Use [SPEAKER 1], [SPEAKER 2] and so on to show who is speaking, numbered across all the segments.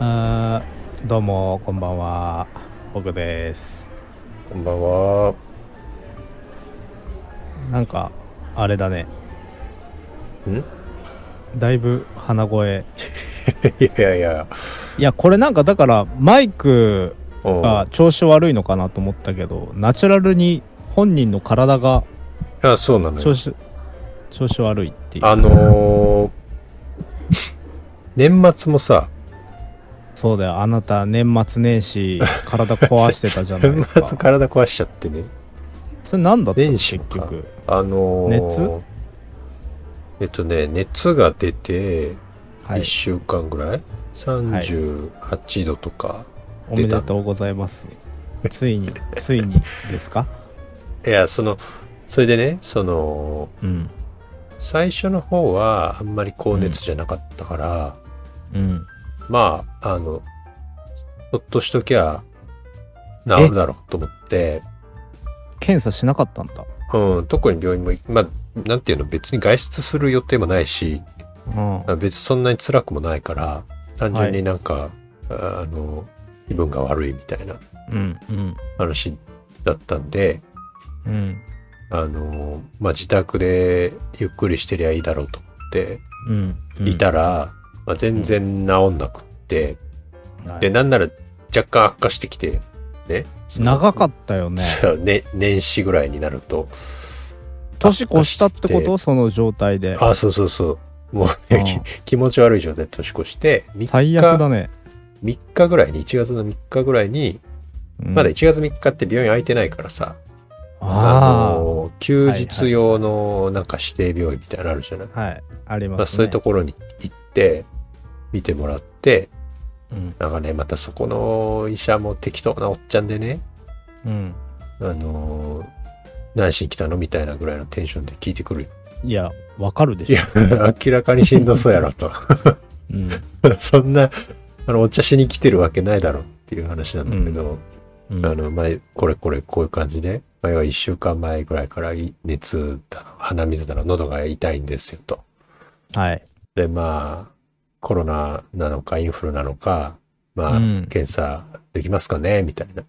[SPEAKER 1] あーどうもこんばんは僕です
[SPEAKER 2] こんばんは。
[SPEAKER 1] なんかあれだね
[SPEAKER 2] ん い
[SPEAKER 1] だいぶ鼻声
[SPEAKER 2] やいや。
[SPEAKER 1] いやこれなんかだからマイク
[SPEAKER 2] うん
[SPEAKER 1] が調子悪いのかなと思ったけどナチュラルに本人の体が
[SPEAKER 2] いや、そうなの
[SPEAKER 1] 調
[SPEAKER 2] よ。
[SPEAKER 1] 子、調子悪いっていう
[SPEAKER 2] あのー、 年末もさ、
[SPEAKER 1] そうだよあなた年末年始体壊してたじゃないで
[SPEAKER 2] 年
[SPEAKER 1] すか
[SPEAKER 2] 末体壊しちゃってね。
[SPEAKER 1] それなんだったの
[SPEAKER 2] 年
[SPEAKER 1] 結
[SPEAKER 2] 始か
[SPEAKER 1] 局
[SPEAKER 2] あのー、
[SPEAKER 1] 熱
[SPEAKER 2] えっとね、熱が出て、
[SPEAKER 1] は
[SPEAKER 2] 1
[SPEAKER 1] い
[SPEAKER 2] 週間ぐらい、?38 度とか、
[SPEAKER 1] おめでとうございますついについにですか
[SPEAKER 2] い。や、その、それでね、その、
[SPEAKER 1] うん
[SPEAKER 2] 最初の方はあんまり高熱じゃなかったから、
[SPEAKER 1] うん
[SPEAKER 2] まあ、あの、ほっとしときゃ、治るだろうと思って、
[SPEAKER 1] 検査しなかったんだ
[SPEAKER 2] うん、特に病院も行、まあ、なんていうの、別に外出する予定もないし、
[SPEAKER 1] うん
[SPEAKER 2] あ別にそんなに辛くもないから、単純になんか、ああの、気分が悪いみたいな
[SPEAKER 1] うんうん
[SPEAKER 2] 話だったんで、
[SPEAKER 1] うん
[SPEAKER 2] あの、まあ、自宅でゆっくりしてりゃいいだろうと思って、
[SPEAKER 1] うんうん
[SPEAKER 2] いたら、まあ、全然治んなくって、
[SPEAKER 1] はい
[SPEAKER 2] で、なんなら若干悪化してきて、ね。
[SPEAKER 1] 長か
[SPEAKER 2] っ
[SPEAKER 1] った よね
[SPEAKER 2] そうね、年始ぐらいになると。
[SPEAKER 1] 年越したってこ
[SPEAKER 2] 悪
[SPEAKER 1] と
[SPEAKER 2] 化
[SPEAKER 1] その状態で
[SPEAKER 2] あ、そうそうそう。もう、
[SPEAKER 1] うん
[SPEAKER 2] 気持ち悪い状態で年越して、3日
[SPEAKER 1] 最悪だね
[SPEAKER 2] 3日ぐらいに、1月の3日ぐらいに、
[SPEAKER 1] うん
[SPEAKER 2] まだ1月3日って病院空いてないからさ、
[SPEAKER 1] あ
[SPEAKER 2] の、休日用のなんか指定病院みたいなのあるじゃない。
[SPEAKER 1] あはいあり
[SPEAKER 2] ま
[SPEAKER 1] ま
[SPEAKER 2] あ、
[SPEAKER 1] すね
[SPEAKER 2] そういうところに行って、見てもらって、
[SPEAKER 1] うん
[SPEAKER 2] なんかね、またそこの医者も適当なおっちゃんでね、
[SPEAKER 1] うん
[SPEAKER 2] あのー何しに来たのみたいなぐらいのテンションで聞いてくる。
[SPEAKER 1] いやわかるで
[SPEAKER 2] い
[SPEAKER 1] しょ
[SPEAKER 2] や、明らかにしんどそうやろと。
[SPEAKER 1] うん
[SPEAKER 2] そんな、あの、お茶しに来てるわけないだろっていう話なんだけど、
[SPEAKER 1] うん
[SPEAKER 2] あの、前、これこれこういう感じで、まあ、要は1週間前ぐらいからい熱だの、鼻水だの、喉が痛いんですよと。
[SPEAKER 1] はい
[SPEAKER 2] で、まあ、コロナなのかインフルなのか、まあ、
[SPEAKER 1] うん
[SPEAKER 2] 検査できますかねみたいな。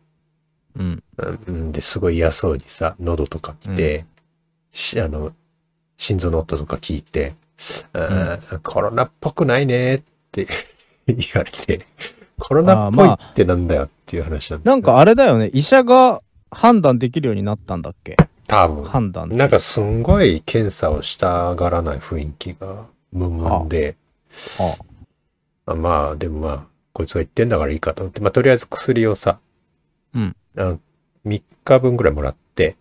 [SPEAKER 1] うん
[SPEAKER 2] うん、ですごい嫌そうにさ、喉とか見て、しあの、心臓の音とか聞いて、あーコロナっぽくないねって 言われて、コロナっぽいってなんだよっていう話なんだ
[SPEAKER 1] なんかあれだよね医者が判断できるようになったんだっけ
[SPEAKER 2] 多分、
[SPEAKER 1] 判断
[SPEAKER 2] なんかすんごい検査をしたがらない雰囲気がムンムンで、
[SPEAKER 1] あ
[SPEAKER 2] あまあ、でもまあ、こいつが言ってんだからいいかと思って、まあ、とりあえず薬をさ、
[SPEAKER 1] うん
[SPEAKER 2] あの3日分ぐらいもらって、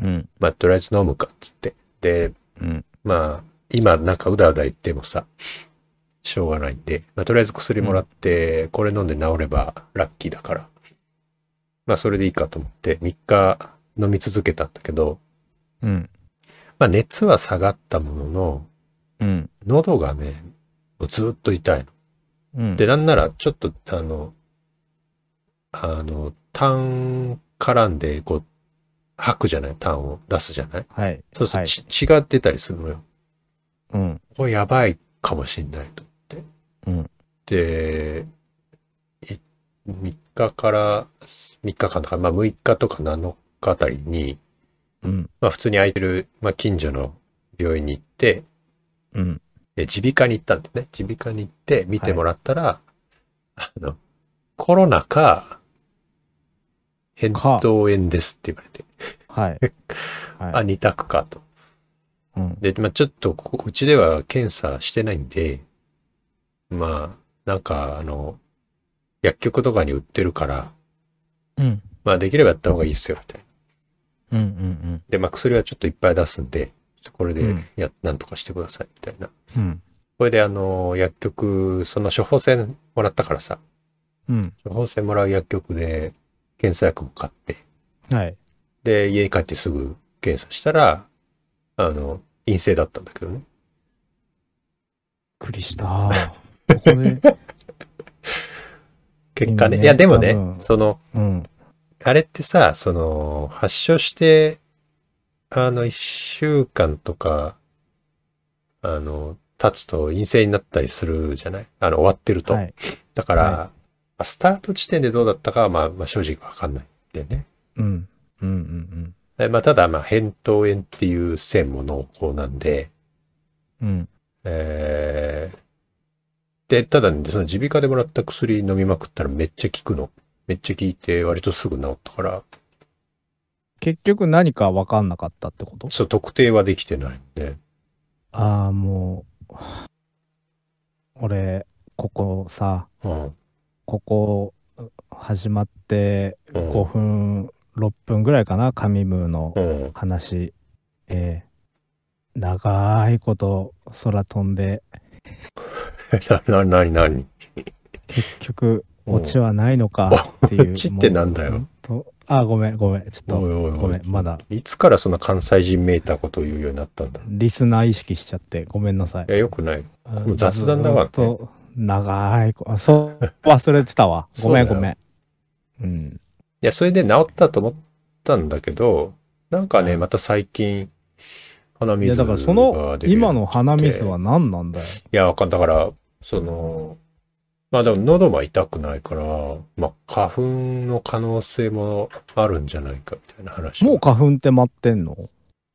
[SPEAKER 1] うん
[SPEAKER 2] まあ、とりあえず飲むかっつって。で、
[SPEAKER 1] うん
[SPEAKER 2] まあ、今なんかうだうだ言ってもさ、しょうがないんで、まあ、とりあえず薬もらって、これ飲んで治ればラッキーだから、まあ、それでいいかと思って、3日飲み続けたんだけど、
[SPEAKER 1] うん
[SPEAKER 2] まあ、熱は下がったものの、
[SPEAKER 1] うん
[SPEAKER 2] 喉がね、もうずっと痛いの。
[SPEAKER 1] うん
[SPEAKER 2] で、なんなら、ちょっと、あの、あの、痰絡んで、こう、吐くじゃない痰を出すじゃない
[SPEAKER 1] はい
[SPEAKER 2] そうす
[SPEAKER 1] は
[SPEAKER 2] る
[SPEAKER 1] い
[SPEAKER 2] と血、血が出たりするのよ。
[SPEAKER 1] うん
[SPEAKER 2] これやばいかもしんないと思っ
[SPEAKER 1] う
[SPEAKER 2] て。
[SPEAKER 1] ん
[SPEAKER 2] で、い3日から、3日間とか、まあ6日とか7日あたりに、
[SPEAKER 1] うん
[SPEAKER 2] まあ普通に空いてる、まあ近所の病院に行って、
[SPEAKER 1] うん
[SPEAKER 2] え耳鼻科に行ったんでね、耳鼻科に行って見てもらったら、あの、コロナか、
[SPEAKER 1] か
[SPEAKER 2] 扁桃炎ですって言われて、
[SPEAKER 1] はいは
[SPEAKER 2] あ、
[SPEAKER 1] い
[SPEAKER 2] 二択かと。
[SPEAKER 1] うん
[SPEAKER 2] で、まあ、ちょっとここ、うちでは検査してないんで、まあ、なんか、あの、薬局とかに売ってるから、
[SPEAKER 1] うん
[SPEAKER 2] まあ、できればやった方がいいっすよ、みたいな。
[SPEAKER 1] うんうん
[SPEAKER 2] で、まあ、薬はちょっといっぱい出すんで、ちょっとこれ
[SPEAKER 1] う
[SPEAKER 2] で
[SPEAKER 1] ん
[SPEAKER 2] や、なんとかしてください、みたいな。
[SPEAKER 1] うんうん
[SPEAKER 2] これで、あの、薬局、その処方箋もらったからさ、
[SPEAKER 1] うん
[SPEAKER 2] 処方箋もらう薬局で、検査薬も買って、
[SPEAKER 1] はい
[SPEAKER 2] で、家に帰ってすぐ検査したら、あの、陰性だったんだけどね。
[SPEAKER 1] びっくりした。ここで、
[SPEAKER 2] 結果
[SPEAKER 1] いい
[SPEAKER 2] ね。
[SPEAKER 1] ね
[SPEAKER 2] いや、でも
[SPEAKER 1] 多
[SPEAKER 2] ね
[SPEAKER 1] 分、
[SPEAKER 2] その、
[SPEAKER 1] うん、
[SPEAKER 2] あれってさ、その、発症して、あの、一週間とか、あの、経つと陰性になったりするじゃないあの、終わってると。
[SPEAKER 1] はい。
[SPEAKER 2] だから、
[SPEAKER 1] はい
[SPEAKER 2] まあスタート地点でどうだったかは、まあ、まあ正直わかんないんでね。
[SPEAKER 1] うん。うんうん
[SPEAKER 2] えまあ、ただ、まあ、扁桃炎っていう線も濃厚なんで、
[SPEAKER 1] うん。うん。
[SPEAKER 2] えーで、ただね、その耳鼻科でもらった薬飲みまくったらめっちゃ効くの。めっちゃ効いて、割とすぐ治ったから、
[SPEAKER 1] 結局何か分かんなかったってこと
[SPEAKER 2] そう、特定はできてないんで。
[SPEAKER 1] ああ、もう。俺、ここさ、
[SPEAKER 2] うん。
[SPEAKER 1] ここ始まって
[SPEAKER 2] うん
[SPEAKER 1] 5分、6分ぐらいかな、カミムーの
[SPEAKER 2] うん。
[SPEAKER 1] 話。えー長いこと空飛んで、
[SPEAKER 2] な、な、なになに
[SPEAKER 1] 結局、オチはないのかっていう。
[SPEAKER 2] オチってなんだよ
[SPEAKER 1] もう。ほんとあ、ごめん、ごめん。ちょっ
[SPEAKER 2] おい
[SPEAKER 1] と、
[SPEAKER 2] おいおい
[SPEAKER 1] ごめん、まだ、
[SPEAKER 2] いつからそんな関西人めいたことを言うようになったんだろう
[SPEAKER 1] リスナー意識しちゃって、ごめんなさい
[SPEAKER 2] い。や、よくない。
[SPEAKER 1] うん
[SPEAKER 2] もう雑談だわ
[SPEAKER 1] ずーっと長いこ。あそう、忘れてた
[SPEAKER 2] 。
[SPEAKER 1] わ
[SPEAKER 2] そ
[SPEAKER 1] ご
[SPEAKER 2] うだ
[SPEAKER 1] め
[SPEAKER 2] よ
[SPEAKER 1] んごめん。うん。
[SPEAKER 2] いや、それで治ったと思ったんだけど、なんかね、また最近、鼻
[SPEAKER 1] い
[SPEAKER 2] 水
[SPEAKER 1] や、
[SPEAKER 2] が
[SPEAKER 1] だからその、
[SPEAKER 2] 出る
[SPEAKER 1] 今の鼻水は何なんだよ。
[SPEAKER 2] いや、わかんだから、その、まあでも喉は痛くないから、まあ花粉の可能性もあるんじゃないかみたいな話。
[SPEAKER 1] もう花粉って待ってんの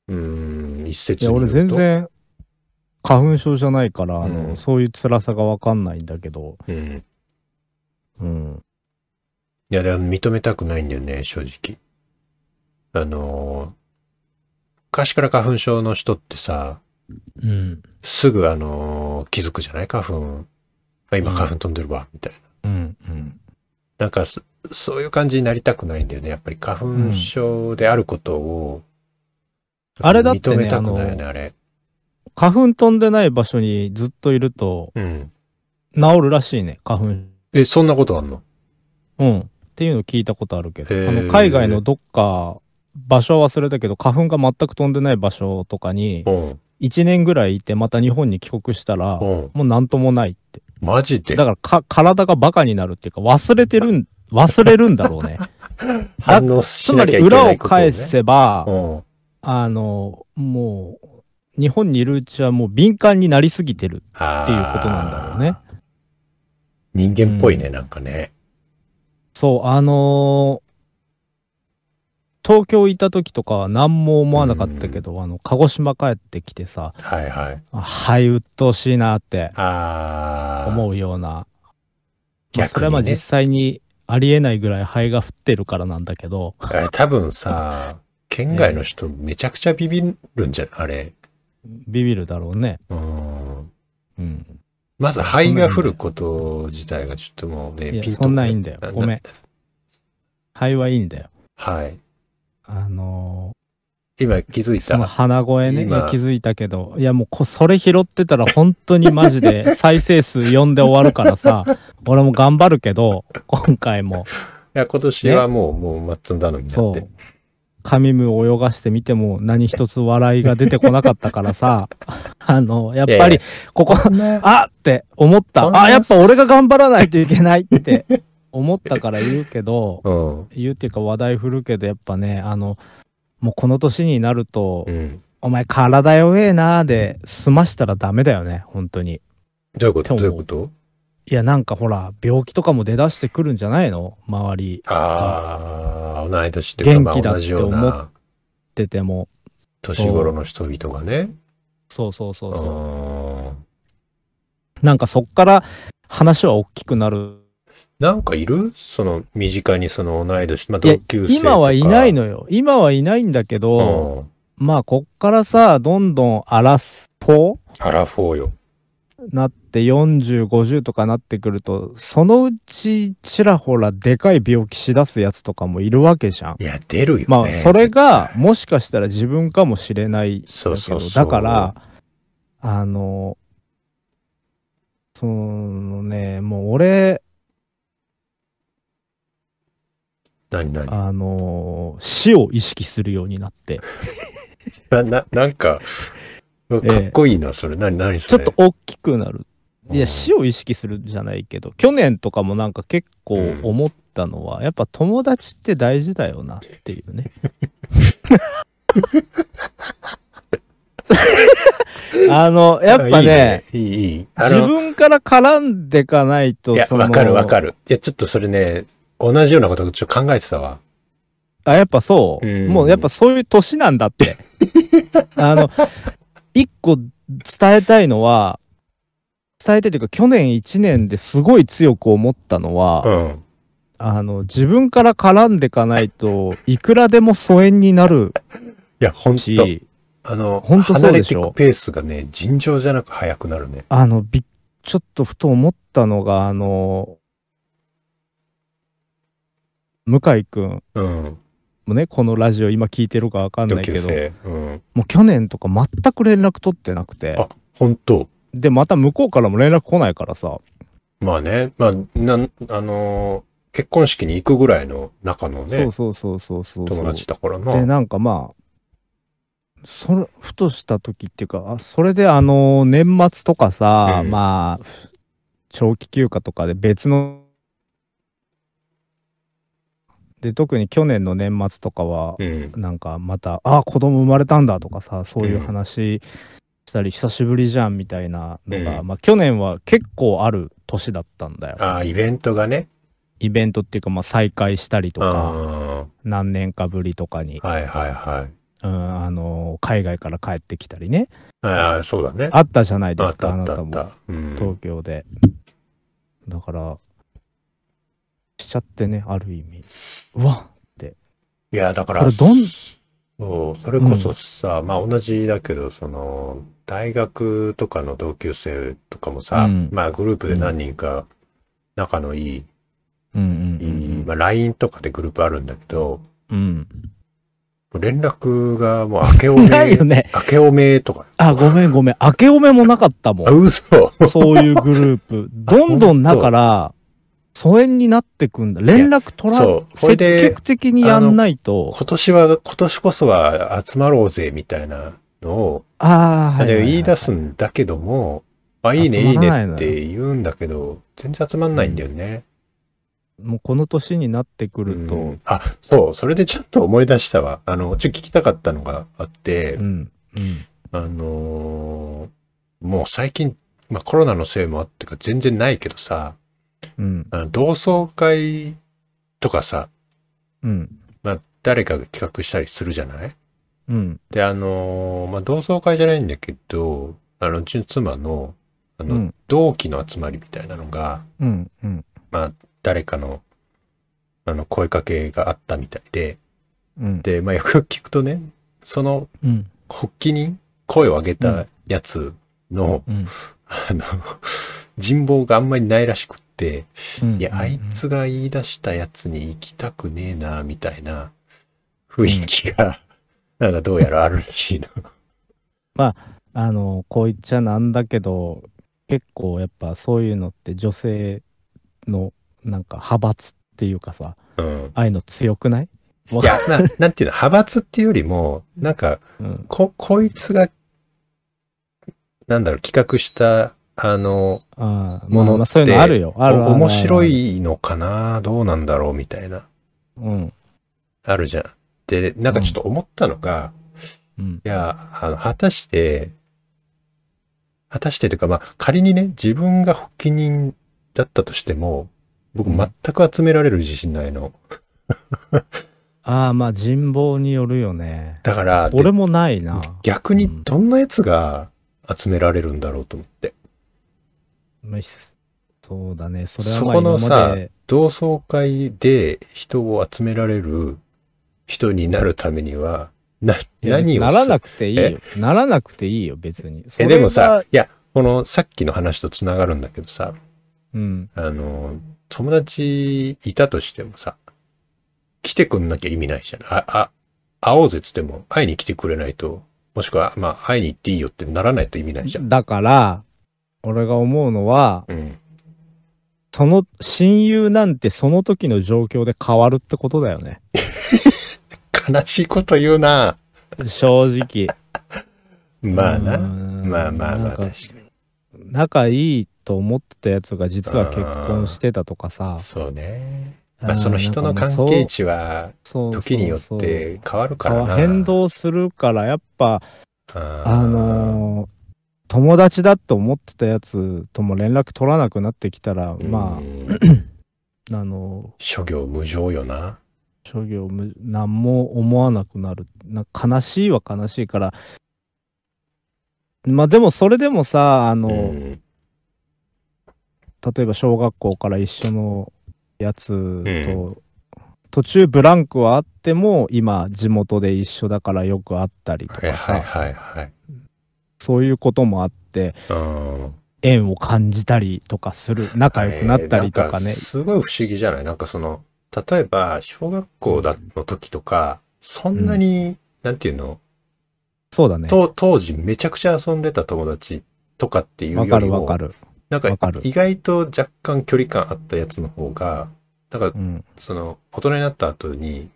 [SPEAKER 2] うーん、一説
[SPEAKER 1] いや、
[SPEAKER 2] によ
[SPEAKER 1] 俺
[SPEAKER 2] ると
[SPEAKER 1] 全。然、花粉症じゃないから、あ
[SPEAKER 2] うん
[SPEAKER 1] の、そういう辛さがわかんないんだけど、
[SPEAKER 2] うん。
[SPEAKER 1] うん。
[SPEAKER 2] いや、でも認めたくないんだよね、正直。あの、昔から花粉症の人ってさ、
[SPEAKER 1] うん。
[SPEAKER 2] すぐあの、気づくじゃない花粉。あ今
[SPEAKER 1] うん
[SPEAKER 2] 花粉飛んでるわ、みたいな。
[SPEAKER 1] うん。うん。
[SPEAKER 2] なんかそ、そういう感じになりたくないんだよね。やっぱり花粉症であることを、
[SPEAKER 1] うんあれだってね
[SPEAKER 2] 認めたくないよね、あれ。
[SPEAKER 1] 花粉飛んでない場所にずっといると、
[SPEAKER 2] うん。
[SPEAKER 1] 治るらしいね、花粉。
[SPEAKER 2] え、そんなことあんの
[SPEAKER 1] うん。っていうの聞いたことあるけ
[SPEAKER 2] へー
[SPEAKER 1] ど、あの海外のどっか、場所は忘れたけど、花粉が全く飛んでない場所とかに、
[SPEAKER 2] うん。
[SPEAKER 1] 1年ぐらいいて、また日本に帰国したら、も
[SPEAKER 2] うん。
[SPEAKER 1] うなんともないって。
[SPEAKER 2] マジで
[SPEAKER 1] だからか、体がバカになるっていうか、忘れてるん、忘れるんだろう ね。
[SPEAKER 2] 反応し
[SPEAKER 1] つま
[SPEAKER 2] な
[SPEAKER 1] り、
[SPEAKER 2] きゃいけ
[SPEAKER 1] 裏
[SPEAKER 2] な
[SPEAKER 1] を
[SPEAKER 2] いことね
[SPEAKER 1] 返。せば、
[SPEAKER 2] うん。
[SPEAKER 1] あの、もう、日本にいるうちはもう敏感になりすぎてる
[SPEAKER 2] あー
[SPEAKER 1] っていうことなんだろうね。。
[SPEAKER 2] 人間っぽいね、なんかね。
[SPEAKER 1] そう、あのー東京行った時とかは何も思わなかったけど、あの、鹿児島帰ってきてさ、
[SPEAKER 2] はいはい。
[SPEAKER 1] あはい、鬱陶しいなって
[SPEAKER 2] あー。
[SPEAKER 1] 思うような、まあ、そ
[SPEAKER 2] 逆
[SPEAKER 1] れはまあ
[SPEAKER 2] に
[SPEAKER 1] 実
[SPEAKER 2] ね。
[SPEAKER 1] 際にありえないぐらい灰が降ってるからなんだけど、
[SPEAKER 2] あれ多分さ、県外の人めちゃくちゃビビるんじゃないあれ。
[SPEAKER 1] ビビるだろうね。
[SPEAKER 2] うん。
[SPEAKER 1] うん。
[SPEAKER 2] まず肺が降ること自体がちょっともう
[SPEAKER 1] い
[SPEAKER 2] ね、
[SPEAKER 1] や
[SPEAKER 2] ピン、と
[SPEAKER 1] そんなんいいんだよ。ごめん。。灰はいいんだよ。
[SPEAKER 2] はい。
[SPEAKER 1] あの
[SPEAKER 2] 今気づ
[SPEAKER 1] ー
[SPEAKER 2] い
[SPEAKER 1] その
[SPEAKER 2] た。
[SPEAKER 1] 鼻声ね、い
[SPEAKER 2] 今
[SPEAKER 1] や気づいたけど、いやもうこ、それ拾ってたら本当にマジで再生数4で終わるからさ、俺も頑張るけど、今回も。
[SPEAKER 2] いや、今年はもう、もう、まっつんだのになっ
[SPEAKER 1] そ
[SPEAKER 2] て
[SPEAKER 1] う。。神ムを泳がしてみても何一つ笑いが出てこなかったからさ、 あの、やっぱ
[SPEAKER 2] いやいや
[SPEAKER 1] り、ここ、
[SPEAKER 2] こんな
[SPEAKER 1] あって思っ
[SPEAKER 2] こ
[SPEAKER 1] た。
[SPEAKER 2] んな
[SPEAKER 1] あ、やっぱ俺が頑張らないといけないって思ったから言うけど、
[SPEAKER 2] うん。
[SPEAKER 1] 言うっていうか話題振るけど、やっぱね、あの、もうこの年になると、
[SPEAKER 2] うん。
[SPEAKER 1] お前体弱えなーで済ましたらダメだよね、本当に。
[SPEAKER 2] どういうこと
[SPEAKER 1] って思う
[SPEAKER 2] どういうこと
[SPEAKER 1] いや、なんかほら、病気とかも出だしてくるんじゃないの周り
[SPEAKER 2] ああ、同い年っていうか、ま
[SPEAKER 1] 元気
[SPEAKER 2] あ
[SPEAKER 1] だ
[SPEAKER 2] 同じよう
[SPEAKER 1] って思
[SPEAKER 2] な
[SPEAKER 1] 出ても。
[SPEAKER 2] 年頃の人々がね。
[SPEAKER 1] そうそうそううそう。
[SPEAKER 2] ん。
[SPEAKER 1] なんかそっから話は大きくなる。
[SPEAKER 2] なんかいるその、身近にその同い年、まあ
[SPEAKER 1] いや
[SPEAKER 2] 同級生とか。
[SPEAKER 1] 今はいないのよ。今はいないんだけど、
[SPEAKER 2] うん。
[SPEAKER 1] まあこっからさ、どんどん荒らすぽ
[SPEAKER 2] アラフォーよ。
[SPEAKER 1] なって40、50とかなってくると、そのうちちらほらでかい病気しだすやつとかもいるわけじゃん。
[SPEAKER 2] いや、出るよね。
[SPEAKER 1] まあそれがもしかしたら自分かもしれないんだけど
[SPEAKER 2] そうそうそう
[SPEAKER 1] だからあのそのねもう俺
[SPEAKER 2] 何何
[SPEAKER 1] あの死を意識するようになって
[SPEAKER 2] な、な、なんか、うわ
[SPEAKER 1] え
[SPEAKER 2] か
[SPEAKER 1] え
[SPEAKER 2] っこいいな、それ。何、何
[SPEAKER 1] ちょ
[SPEAKER 2] そ
[SPEAKER 1] っ
[SPEAKER 2] れ。
[SPEAKER 1] と大きくなる
[SPEAKER 2] うん
[SPEAKER 1] いや死を意識するじゃないけど去年とかもなんか結構思ったのは、やっぱ友達って大事だよなって いうねあの、やっぱね、
[SPEAKER 2] いいね、いい、いい。あ
[SPEAKER 1] 自
[SPEAKER 2] の、
[SPEAKER 1] 分から絡んでかないと、
[SPEAKER 2] いや、
[SPEAKER 1] その
[SPEAKER 2] わかるわかる。いや、ちょっとそれね、同じようなことちょっと考えてたわ。
[SPEAKER 1] あ、やっぱそう。
[SPEAKER 2] うん
[SPEAKER 1] もうやっぱそういう年なんだって。 あの、一個伝えたいのは、伝えたいというか、去年一年ですごい強く思ったのは、
[SPEAKER 2] うん。
[SPEAKER 1] あの、自分から絡んでかないといくらでも疎遠になる
[SPEAKER 2] いや、ほんと。
[SPEAKER 1] し、
[SPEAKER 2] あの、
[SPEAKER 1] ほんとそ
[SPEAKER 2] 離
[SPEAKER 1] う
[SPEAKER 2] れ
[SPEAKER 1] でしてょ
[SPEAKER 2] いくペースがね、尋常じゃなく早くなるね。
[SPEAKER 1] あの、び、ちょっとふと思ったのが、あの、向井くん
[SPEAKER 2] うん。
[SPEAKER 1] もね、このラジオ今聞いてるかわかん
[SPEAKER 2] 同
[SPEAKER 1] ないけ
[SPEAKER 2] 級
[SPEAKER 1] ど、
[SPEAKER 2] 生。うん。
[SPEAKER 1] もう去年とか全く連絡取ってなくて、
[SPEAKER 2] あ、ほんと。
[SPEAKER 1] で、また向こうからも連絡来ないからさ、
[SPEAKER 2] まあね、まあ、なん、あのー結婚式に行くぐらいの中のね、
[SPEAKER 1] そうそうそうそうそうそう。
[SPEAKER 2] 友達だから
[SPEAKER 1] で、
[SPEAKER 2] な。
[SPEAKER 1] なんかまあ、それ、ふとした時っていうか、あそれであの、年末とかさ、
[SPEAKER 2] うん
[SPEAKER 1] まあ、長期休暇とかで別の、で、特に去年の年末とかは、
[SPEAKER 2] うん。
[SPEAKER 1] なんかまた、あ、子供生まれたんだとかさ、そういう話したり、久しぶりじゃんみたいなのが、
[SPEAKER 2] う
[SPEAKER 1] まあ去年は結構ある年だったんだよ。
[SPEAKER 2] ああ、イベントがね。
[SPEAKER 1] イベントっていうか、まあ再会したりとか、
[SPEAKER 2] あ
[SPEAKER 1] 何年かぶりとかに
[SPEAKER 2] あ、、はいはいはい。
[SPEAKER 1] うん、あの、海外から帰ってきたりね。
[SPEAKER 2] ああ、そうだね。
[SPEAKER 1] あったじゃないで
[SPEAKER 2] あ
[SPEAKER 1] す
[SPEAKER 2] っ
[SPEAKER 1] か、
[SPEAKER 2] た
[SPEAKER 1] あ
[SPEAKER 2] あっ
[SPEAKER 1] な
[SPEAKER 2] た
[SPEAKER 1] た
[SPEAKER 2] あっ
[SPEAKER 1] も。
[SPEAKER 2] た。うん。
[SPEAKER 1] 東京で。だから、しちゃってね、ある意味。うわ
[SPEAKER 2] いや、だ
[SPEAKER 1] こ
[SPEAKER 2] から、
[SPEAKER 1] れどん
[SPEAKER 2] そう、それこそさ、まあ同じだけど、その、大学とかの同級生とかもさ、
[SPEAKER 1] うん
[SPEAKER 2] まあグループで何人か仲のいい、
[SPEAKER 1] うんう
[SPEAKER 2] いい
[SPEAKER 1] ん
[SPEAKER 2] まあ LINE とかでグループあるんだけど、
[SPEAKER 1] うんうん。
[SPEAKER 2] 連絡がもう明けお
[SPEAKER 1] う
[SPEAKER 2] め、
[SPEAKER 1] ん。ないよ
[SPEAKER 2] 明
[SPEAKER 1] ね。
[SPEAKER 2] けおめとか。
[SPEAKER 1] あ、ごめんごめん。明けおめもなかったも
[SPEAKER 2] あ、
[SPEAKER 1] ん。
[SPEAKER 2] 嘘
[SPEAKER 1] そういうグループ。 どんどんだから、疎遠になってくんだ。連絡取ら、
[SPEAKER 2] そう。これ
[SPEAKER 1] 積
[SPEAKER 2] で、
[SPEAKER 1] 極的にやんないと。
[SPEAKER 2] 今年は、今年こそは集まろうぜ、みたいなのを、
[SPEAKER 1] ああ、はいはいはい
[SPEAKER 2] で言い出すんだけども、あ、いいね、
[SPEAKER 1] 集
[SPEAKER 2] いい
[SPEAKER 1] まらないの
[SPEAKER 2] ね
[SPEAKER 1] よ
[SPEAKER 2] って言うんだけど、全然集まんないんだよね。
[SPEAKER 1] もうこの年になってくる
[SPEAKER 2] う
[SPEAKER 1] と
[SPEAKER 2] ん、あ、そう、それでちょっと思い出したわ。あの、ちょっと聞きたかったのがあって、
[SPEAKER 1] うん、うん。
[SPEAKER 2] あのーもう最近、まあコロナのせいもあってか全然ないけどさ、
[SPEAKER 1] うん、
[SPEAKER 2] あの同窓会とかさ、
[SPEAKER 1] うん、
[SPEAKER 2] まあ誰かが企画したりするじゃない
[SPEAKER 1] うん、
[SPEAKER 2] で、あのーまあ同窓会じゃないんだけど、あの、うちの妻の、あの、
[SPEAKER 1] うん
[SPEAKER 2] 同期の集まりみたいなのが、
[SPEAKER 1] うん、うん、
[SPEAKER 2] まあ誰かの、あの、声かけがあったみたいで、
[SPEAKER 1] うん、
[SPEAKER 2] で、まあよくよく聞くとね、その
[SPEAKER 1] うん、
[SPEAKER 2] 発起人声を上げたやつの、
[SPEAKER 1] うん。
[SPEAKER 2] あの、人望があんまりないらしくって、いや、
[SPEAKER 1] うん
[SPEAKER 2] あいつが言い出したやつに行きたくねえな、みたいな雰囲気が、なんかどうやらあるら しいの。
[SPEAKER 1] あのこう言っちゃなんだけど結構やっぱそういうのって女性のなんか派閥っていうかさ
[SPEAKER 2] うん。
[SPEAKER 1] ああいうの強くない
[SPEAKER 2] いや、ななんていうの、派閥っていうよりも、なんか、
[SPEAKER 1] うん
[SPEAKER 2] こ、こいつが、なんだろう、企画した、あの、
[SPEAKER 1] あーま
[SPEAKER 2] も
[SPEAKER 1] あ
[SPEAKER 2] の
[SPEAKER 1] まあそういう
[SPEAKER 2] って
[SPEAKER 1] のあるよあるあるあ
[SPEAKER 2] お
[SPEAKER 1] る
[SPEAKER 2] 面白いのかな、どうなんだろう、みたいな、
[SPEAKER 1] うん
[SPEAKER 2] あるじゃん。で、なんかちょっと思ったのが、
[SPEAKER 1] うん
[SPEAKER 2] いや、あの、果たして、果たしてというか、まあ、仮にね、自分が発起人だったとしても、僕
[SPEAKER 1] うん
[SPEAKER 2] 全く集められる自信ないの。
[SPEAKER 1] ああまあ人望によるよね
[SPEAKER 2] だから、で
[SPEAKER 1] 俺もないな
[SPEAKER 2] 逆に
[SPEAKER 1] うん
[SPEAKER 2] どんなやつが集められるんだろうと思って。
[SPEAKER 1] まあひそうだねそれはまあ
[SPEAKER 2] そこの
[SPEAKER 1] 今ま
[SPEAKER 2] さ
[SPEAKER 1] で
[SPEAKER 2] 同窓会で人を集められる人になるためには、な、
[SPEAKER 1] いや
[SPEAKER 2] 何を
[SPEAKER 1] なら
[SPEAKER 2] す
[SPEAKER 1] なくていいよならなくていいよ別にそ
[SPEAKER 2] え、
[SPEAKER 1] れ
[SPEAKER 2] でもさ
[SPEAKER 1] が、
[SPEAKER 2] いや、このさっきの話とつながるんだけどさ、
[SPEAKER 1] うん
[SPEAKER 2] あの、友達いたとしてもさ、来てくんなきゃ意味ないじゃん。あ、あ、会おうぜっつっても、会いに来てくれないと、もしくは、まあ、会いに行っていいよってならないと意味ないじゃん。
[SPEAKER 1] だから俺が思うのは
[SPEAKER 2] うん。
[SPEAKER 1] その親友なんてその時の状況で変わるってことだよね。
[SPEAKER 2] 悲しいこと言うな
[SPEAKER 1] 正直。
[SPEAKER 2] まあな。
[SPEAKER 1] うん
[SPEAKER 2] まあまあま
[SPEAKER 1] な
[SPEAKER 2] あ、
[SPEAKER 1] んか
[SPEAKER 2] 確か
[SPEAKER 1] 仲いいと思ってたやつが実は結婚してたとかさ
[SPEAKER 2] に。。そうね。
[SPEAKER 1] あー
[SPEAKER 2] まあ、その人の関係、値は、時によって変わるからな。
[SPEAKER 1] 変動するからやっぱ
[SPEAKER 2] あー
[SPEAKER 1] あの友達だと思ってたやつとも連絡取らなくなってきたら、ま
[SPEAKER 2] あ。
[SPEAKER 1] あ、あの、
[SPEAKER 2] 諸行無常よな。
[SPEAKER 1] 諸行無何も思わなくなるな悲しいは悲しいからまあでもそれでもさあの、
[SPEAKER 2] うん
[SPEAKER 1] 例えば小学校から一緒のやつと、
[SPEAKER 2] う
[SPEAKER 1] 途中ブランクはあっても今地元で一緒だからよく会ったりと
[SPEAKER 2] はい
[SPEAKER 1] かさ、
[SPEAKER 2] はいはいはい。
[SPEAKER 1] そういうこともあって
[SPEAKER 2] うん
[SPEAKER 1] 縁を感じたりとかする仲良くなったりとか
[SPEAKER 2] えーな
[SPEAKER 1] ね
[SPEAKER 2] ん、すごい不思議じゃないなんかその、例えば、小学校だの時とか、そんなに、なんていうの、
[SPEAKER 1] そうだね
[SPEAKER 2] と当時めちゃくちゃ遊んでた友達とかっていう
[SPEAKER 1] わ
[SPEAKER 2] よ
[SPEAKER 1] か
[SPEAKER 2] り
[SPEAKER 1] るわ
[SPEAKER 2] も
[SPEAKER 1] か、る
[SPEAKER 2] なんか
[SPEAKER 1] わかる
[SPEAKER 2] 意外と若干距離感あったやつの方が、なんか
[SPEAKER 1] うん
[SPEAKER 2] その、大人になった後に、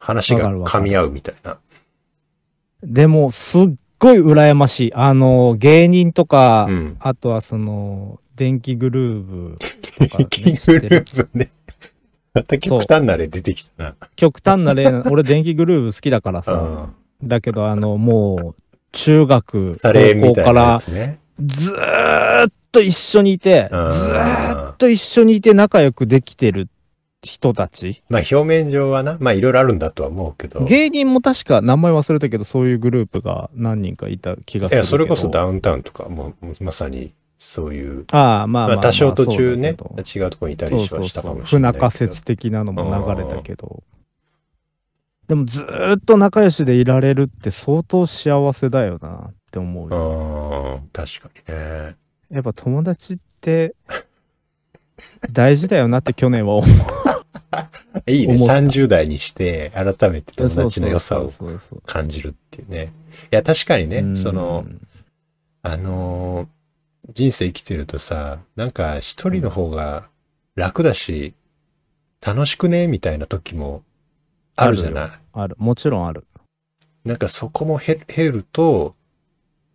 [SPEAKER 2] 話
[SPEAKER 1] わ
[SPEAKER 2] が
[SPEAKER 1] かるわか
[SPEAKER 2] 噛
[SPEAKER 1] る
[SPEAKER 2] み合うみたいな。
[SPEAKER 1] でもすっごい羨ましいあの芸人とか、
[SPEAKER 2] うん。
[SPEAKER 1] あとはその、電気グルーブとか、ね、
[SPEAKER 2] キン
[SPEAKER 1] 知
[SPEAKER 2] グ
[SPEAKER 1] ってる
[SPEAKER 2] ループ ね。また極端な例出てきたな。
[SPEAKER 1] 極端な 例な、俺電気グルーブ好きだからさ、
[SPEAKER 2] う
[SPEAKER 1] だけどあの、もう、中学、
[SPEAKER 2] ん。サ
[SPEAKER 1] 高
[SPEAKER 2] レみ
[SPEAKER 1] 校
[SPEAKER 2] たい
[SPEAKER 1] か
[SPEAKER 2] なや
[SPEAKER 1] ら
[SPEAKER 2] つね。
[SPEAKER 1] ずーっと一緒にいて、ず
[SPEAKER 2] うん
[SPEAKER 1] ーっと一緒にいて仲良くできてる人たち。
[SPEAKER 2] まあ表面上はな、まあいろいろあるんだとは思うけど。
[SPEAKER 1] 芸人も確か名前忘れたけど、そういうグループが何人かいた気が
[SPEAKER 2] い
[SPEAKER 1] するけ
[SPEAKER 2] や、
[SPEAKER 1] ど。
[SPEAKER 2] それこそダウンタウンとかも、もうまさにそういう、
[SPEAKER 1] ああ、まあまあまあ、
[SPEAKER 2] まあ多少途中ね
[SPEAKER 1] そう、だけど
[SPEAKER 2] 違うとこにいた
[SPEAKER 1] そう
[SPEAKER 2] りし
[SPEAKER 1] そ
[SPEAKER 2] は
[SPEAKER 1] う
[SPEAKER 2] した
[SPEAKER 1] そ
[SPEAKER 2] か
[SPEAKER 1] う
[SPEAKER 2] もしれ
[SPEAKER 1] 不
[SPEAKER 2] ないけど。
[SPEAKER 1] 仲説的なのも流れたけどでもずーっと仲良しでいられるって相当幸せだよなって思うよ
[SPEAKER 2] うん、確かにね。
[SPEAKER 1] やっぱ友達って大事だよなって去年は思う
[SPEAKER 2] いいね。
[SPEAKER 1] 思った
[SPEAKER 2] 30代にして、改めて 友達の良さを
[SPEAKER 1] そうそうそう
[SPEAKER 2] 感じるっていうね。いや、確かに
[SPEAKER 1] う
[SPEAKER 2] ね、
[SPEAKER 1] ん
[SPEAKER 2] その、あのー人生生きてるとさ、なんか一人の方が楽だし、楽しくねみたいな時もあるじゃない。
[SPEAKER 1] あるもちろんある
[SPEAKER 2] なんかそこも減減ると、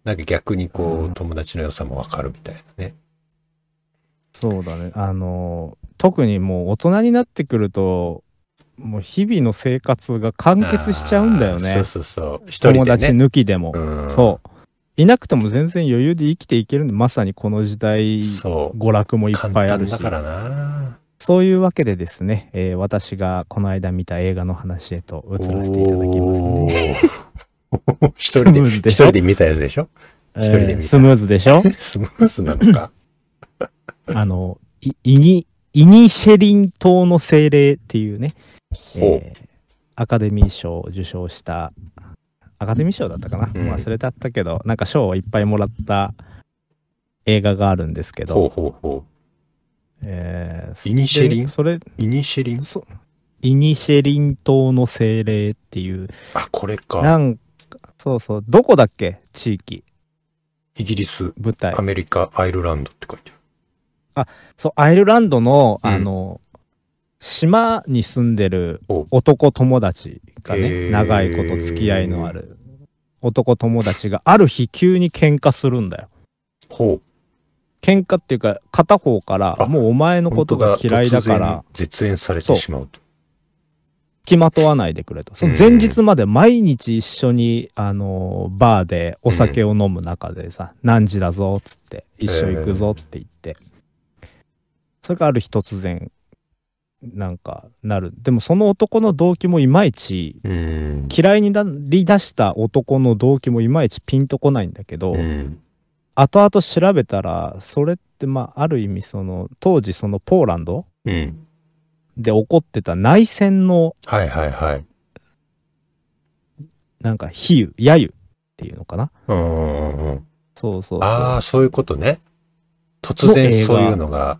[SPEAKER 2] なんか逆にこう、
[SPEAKER 1] うん
[SPEAKER 2] 友達の良さもわかるみたいなね。
[SPEAKER 1] そうだねあの特にもう大人になってくるともう日々の生活が完結しちゃうんだよ
[SPEAKER 2] あーそ
[SPEAKER 1] ね
[SPEAKER 2] うそうそう。一人
[SPEAKER 1] 友
[SPEAKER 2] で
[SPEAKER 1] 達
[SPEAKER 2] ね。
[SPEAKER 1] 抜きでも、
[SPEAKER 2] うん、
[SPEAKER 1] そう。いなくても全然余裕で生きていけるんで、まさにこの時代、
[SPEAKER 2] そう。
[SPEAKER 1] 娯楽もいっ
[SPEAKER 2] 簡
[SPEAKER 1] ぱいある
[SPEAKER 2] 単
[SPEAKER 1] し
[SPEAKER 2] だ。からな。
[SPEAKER 1] そういうわけでですね、えー私がこの間見た映画の話へと移らせていただきますね。
[SPEAKER 2] おー一人で、
[SPEAKER 1] スムーズ
[SPEAKER 2] 一
[SPEAKER 1] でしょ
[SPEAKER 2] 人で見たやつでしょ一人で見た
[SPEAKER 1] えースムーズでしょ
[SPEAKER 2] スムースなのか。
[SPEAKER 1] あの、いイニ、イニシェリン島の精霊っていうね、
[SPEAKER 2] ほう。
[SPEAKER 1] えーアカデミー賞を受賞した、アカデミー賞だったかな、
[SPEAKER 2] うん
[SPEAKER 1] 忘れてあったけど、なんか賞をいっぱいもらった映画があるんですけ
[SPEAKER 2] ほう
[SPEAKER 1] ど、
[SPEAKER 2] ほうほ
[SPEAKER 1] えー
[SPEAKER 2] う。イニシェリン
[SPEAKER 1] でそれ、
[SPEAKER 2] イニシェリン
[SPEAKER 1] そうイニシェリン島の精霊っていう
[SPEAKER 2] あ、これか。
[SPEAKER 1] なんかそうそうどこだっけ地域
[SPEAKER 2] イギリス、
[SPEAKER 1] 舞台
[SPEAKER 2] アメリカ、アイルランドって書いてある。
[SPEAKER 1] そうアイルランドの、
[SPEAKER 2] うん
[SPEAKER 1] あの島に住んでる
[SPEAKER 2] お
[SPEAKER 1] 男友達が
[SPEAKER 2] へ
[SPEAKER 1] ね
[SPEAKER 2] ー
[SPEAKER 1] 長いこと付き合いのある男友達がある日急に喧嘩するんだよ
[SPEAKER 2] ほう。
[SPEAKER 1] 喧嘩っていうか片方から
[SPEAKER 2] あ
[SPEAKER 1] もうお前のことが嫌いだから
[SPEAKER 2] 本当だ。突然絶縁され
[SPEAKER 1] そ
[SPEAKER 2] て
[SPEAKER 1] う
[SPEAKER 2] しまうと。
[SPEAKER 1] 決まとわないでくれとその前日まで毎日一緒に、あのバーでお酒を飲む中でさ、何時だぞっつって一緒行くぞって言って、それがある日突然なんかなるでもその男の動機もいまいち
[SPEAKER 2] うん。
[SPEAKER 1] 嫌いになりだした男の動機もいまいちピンとこないんだけど、
[SPEAKER 2] うん
[SPEAKER 1] 後々調べたらそれってまあある意味その当時そのポーランド
[SPEAKER 2] うん。
[SPEAKER 1] で起こってた内戦の
[SPEAKER 2] はいはいはい。
[SPEAKER 1] なんか比喩揶揄っていうのかな
[SPEAKER 2] うんうんうんうん。
[SPEAKER 1] そうそう
[SPEAKER 2] あ
[SPEAKER 1] そ
[SPEAKER 2] あ、そういうことね。突然そういうのが。
[SPEAKER 1] う。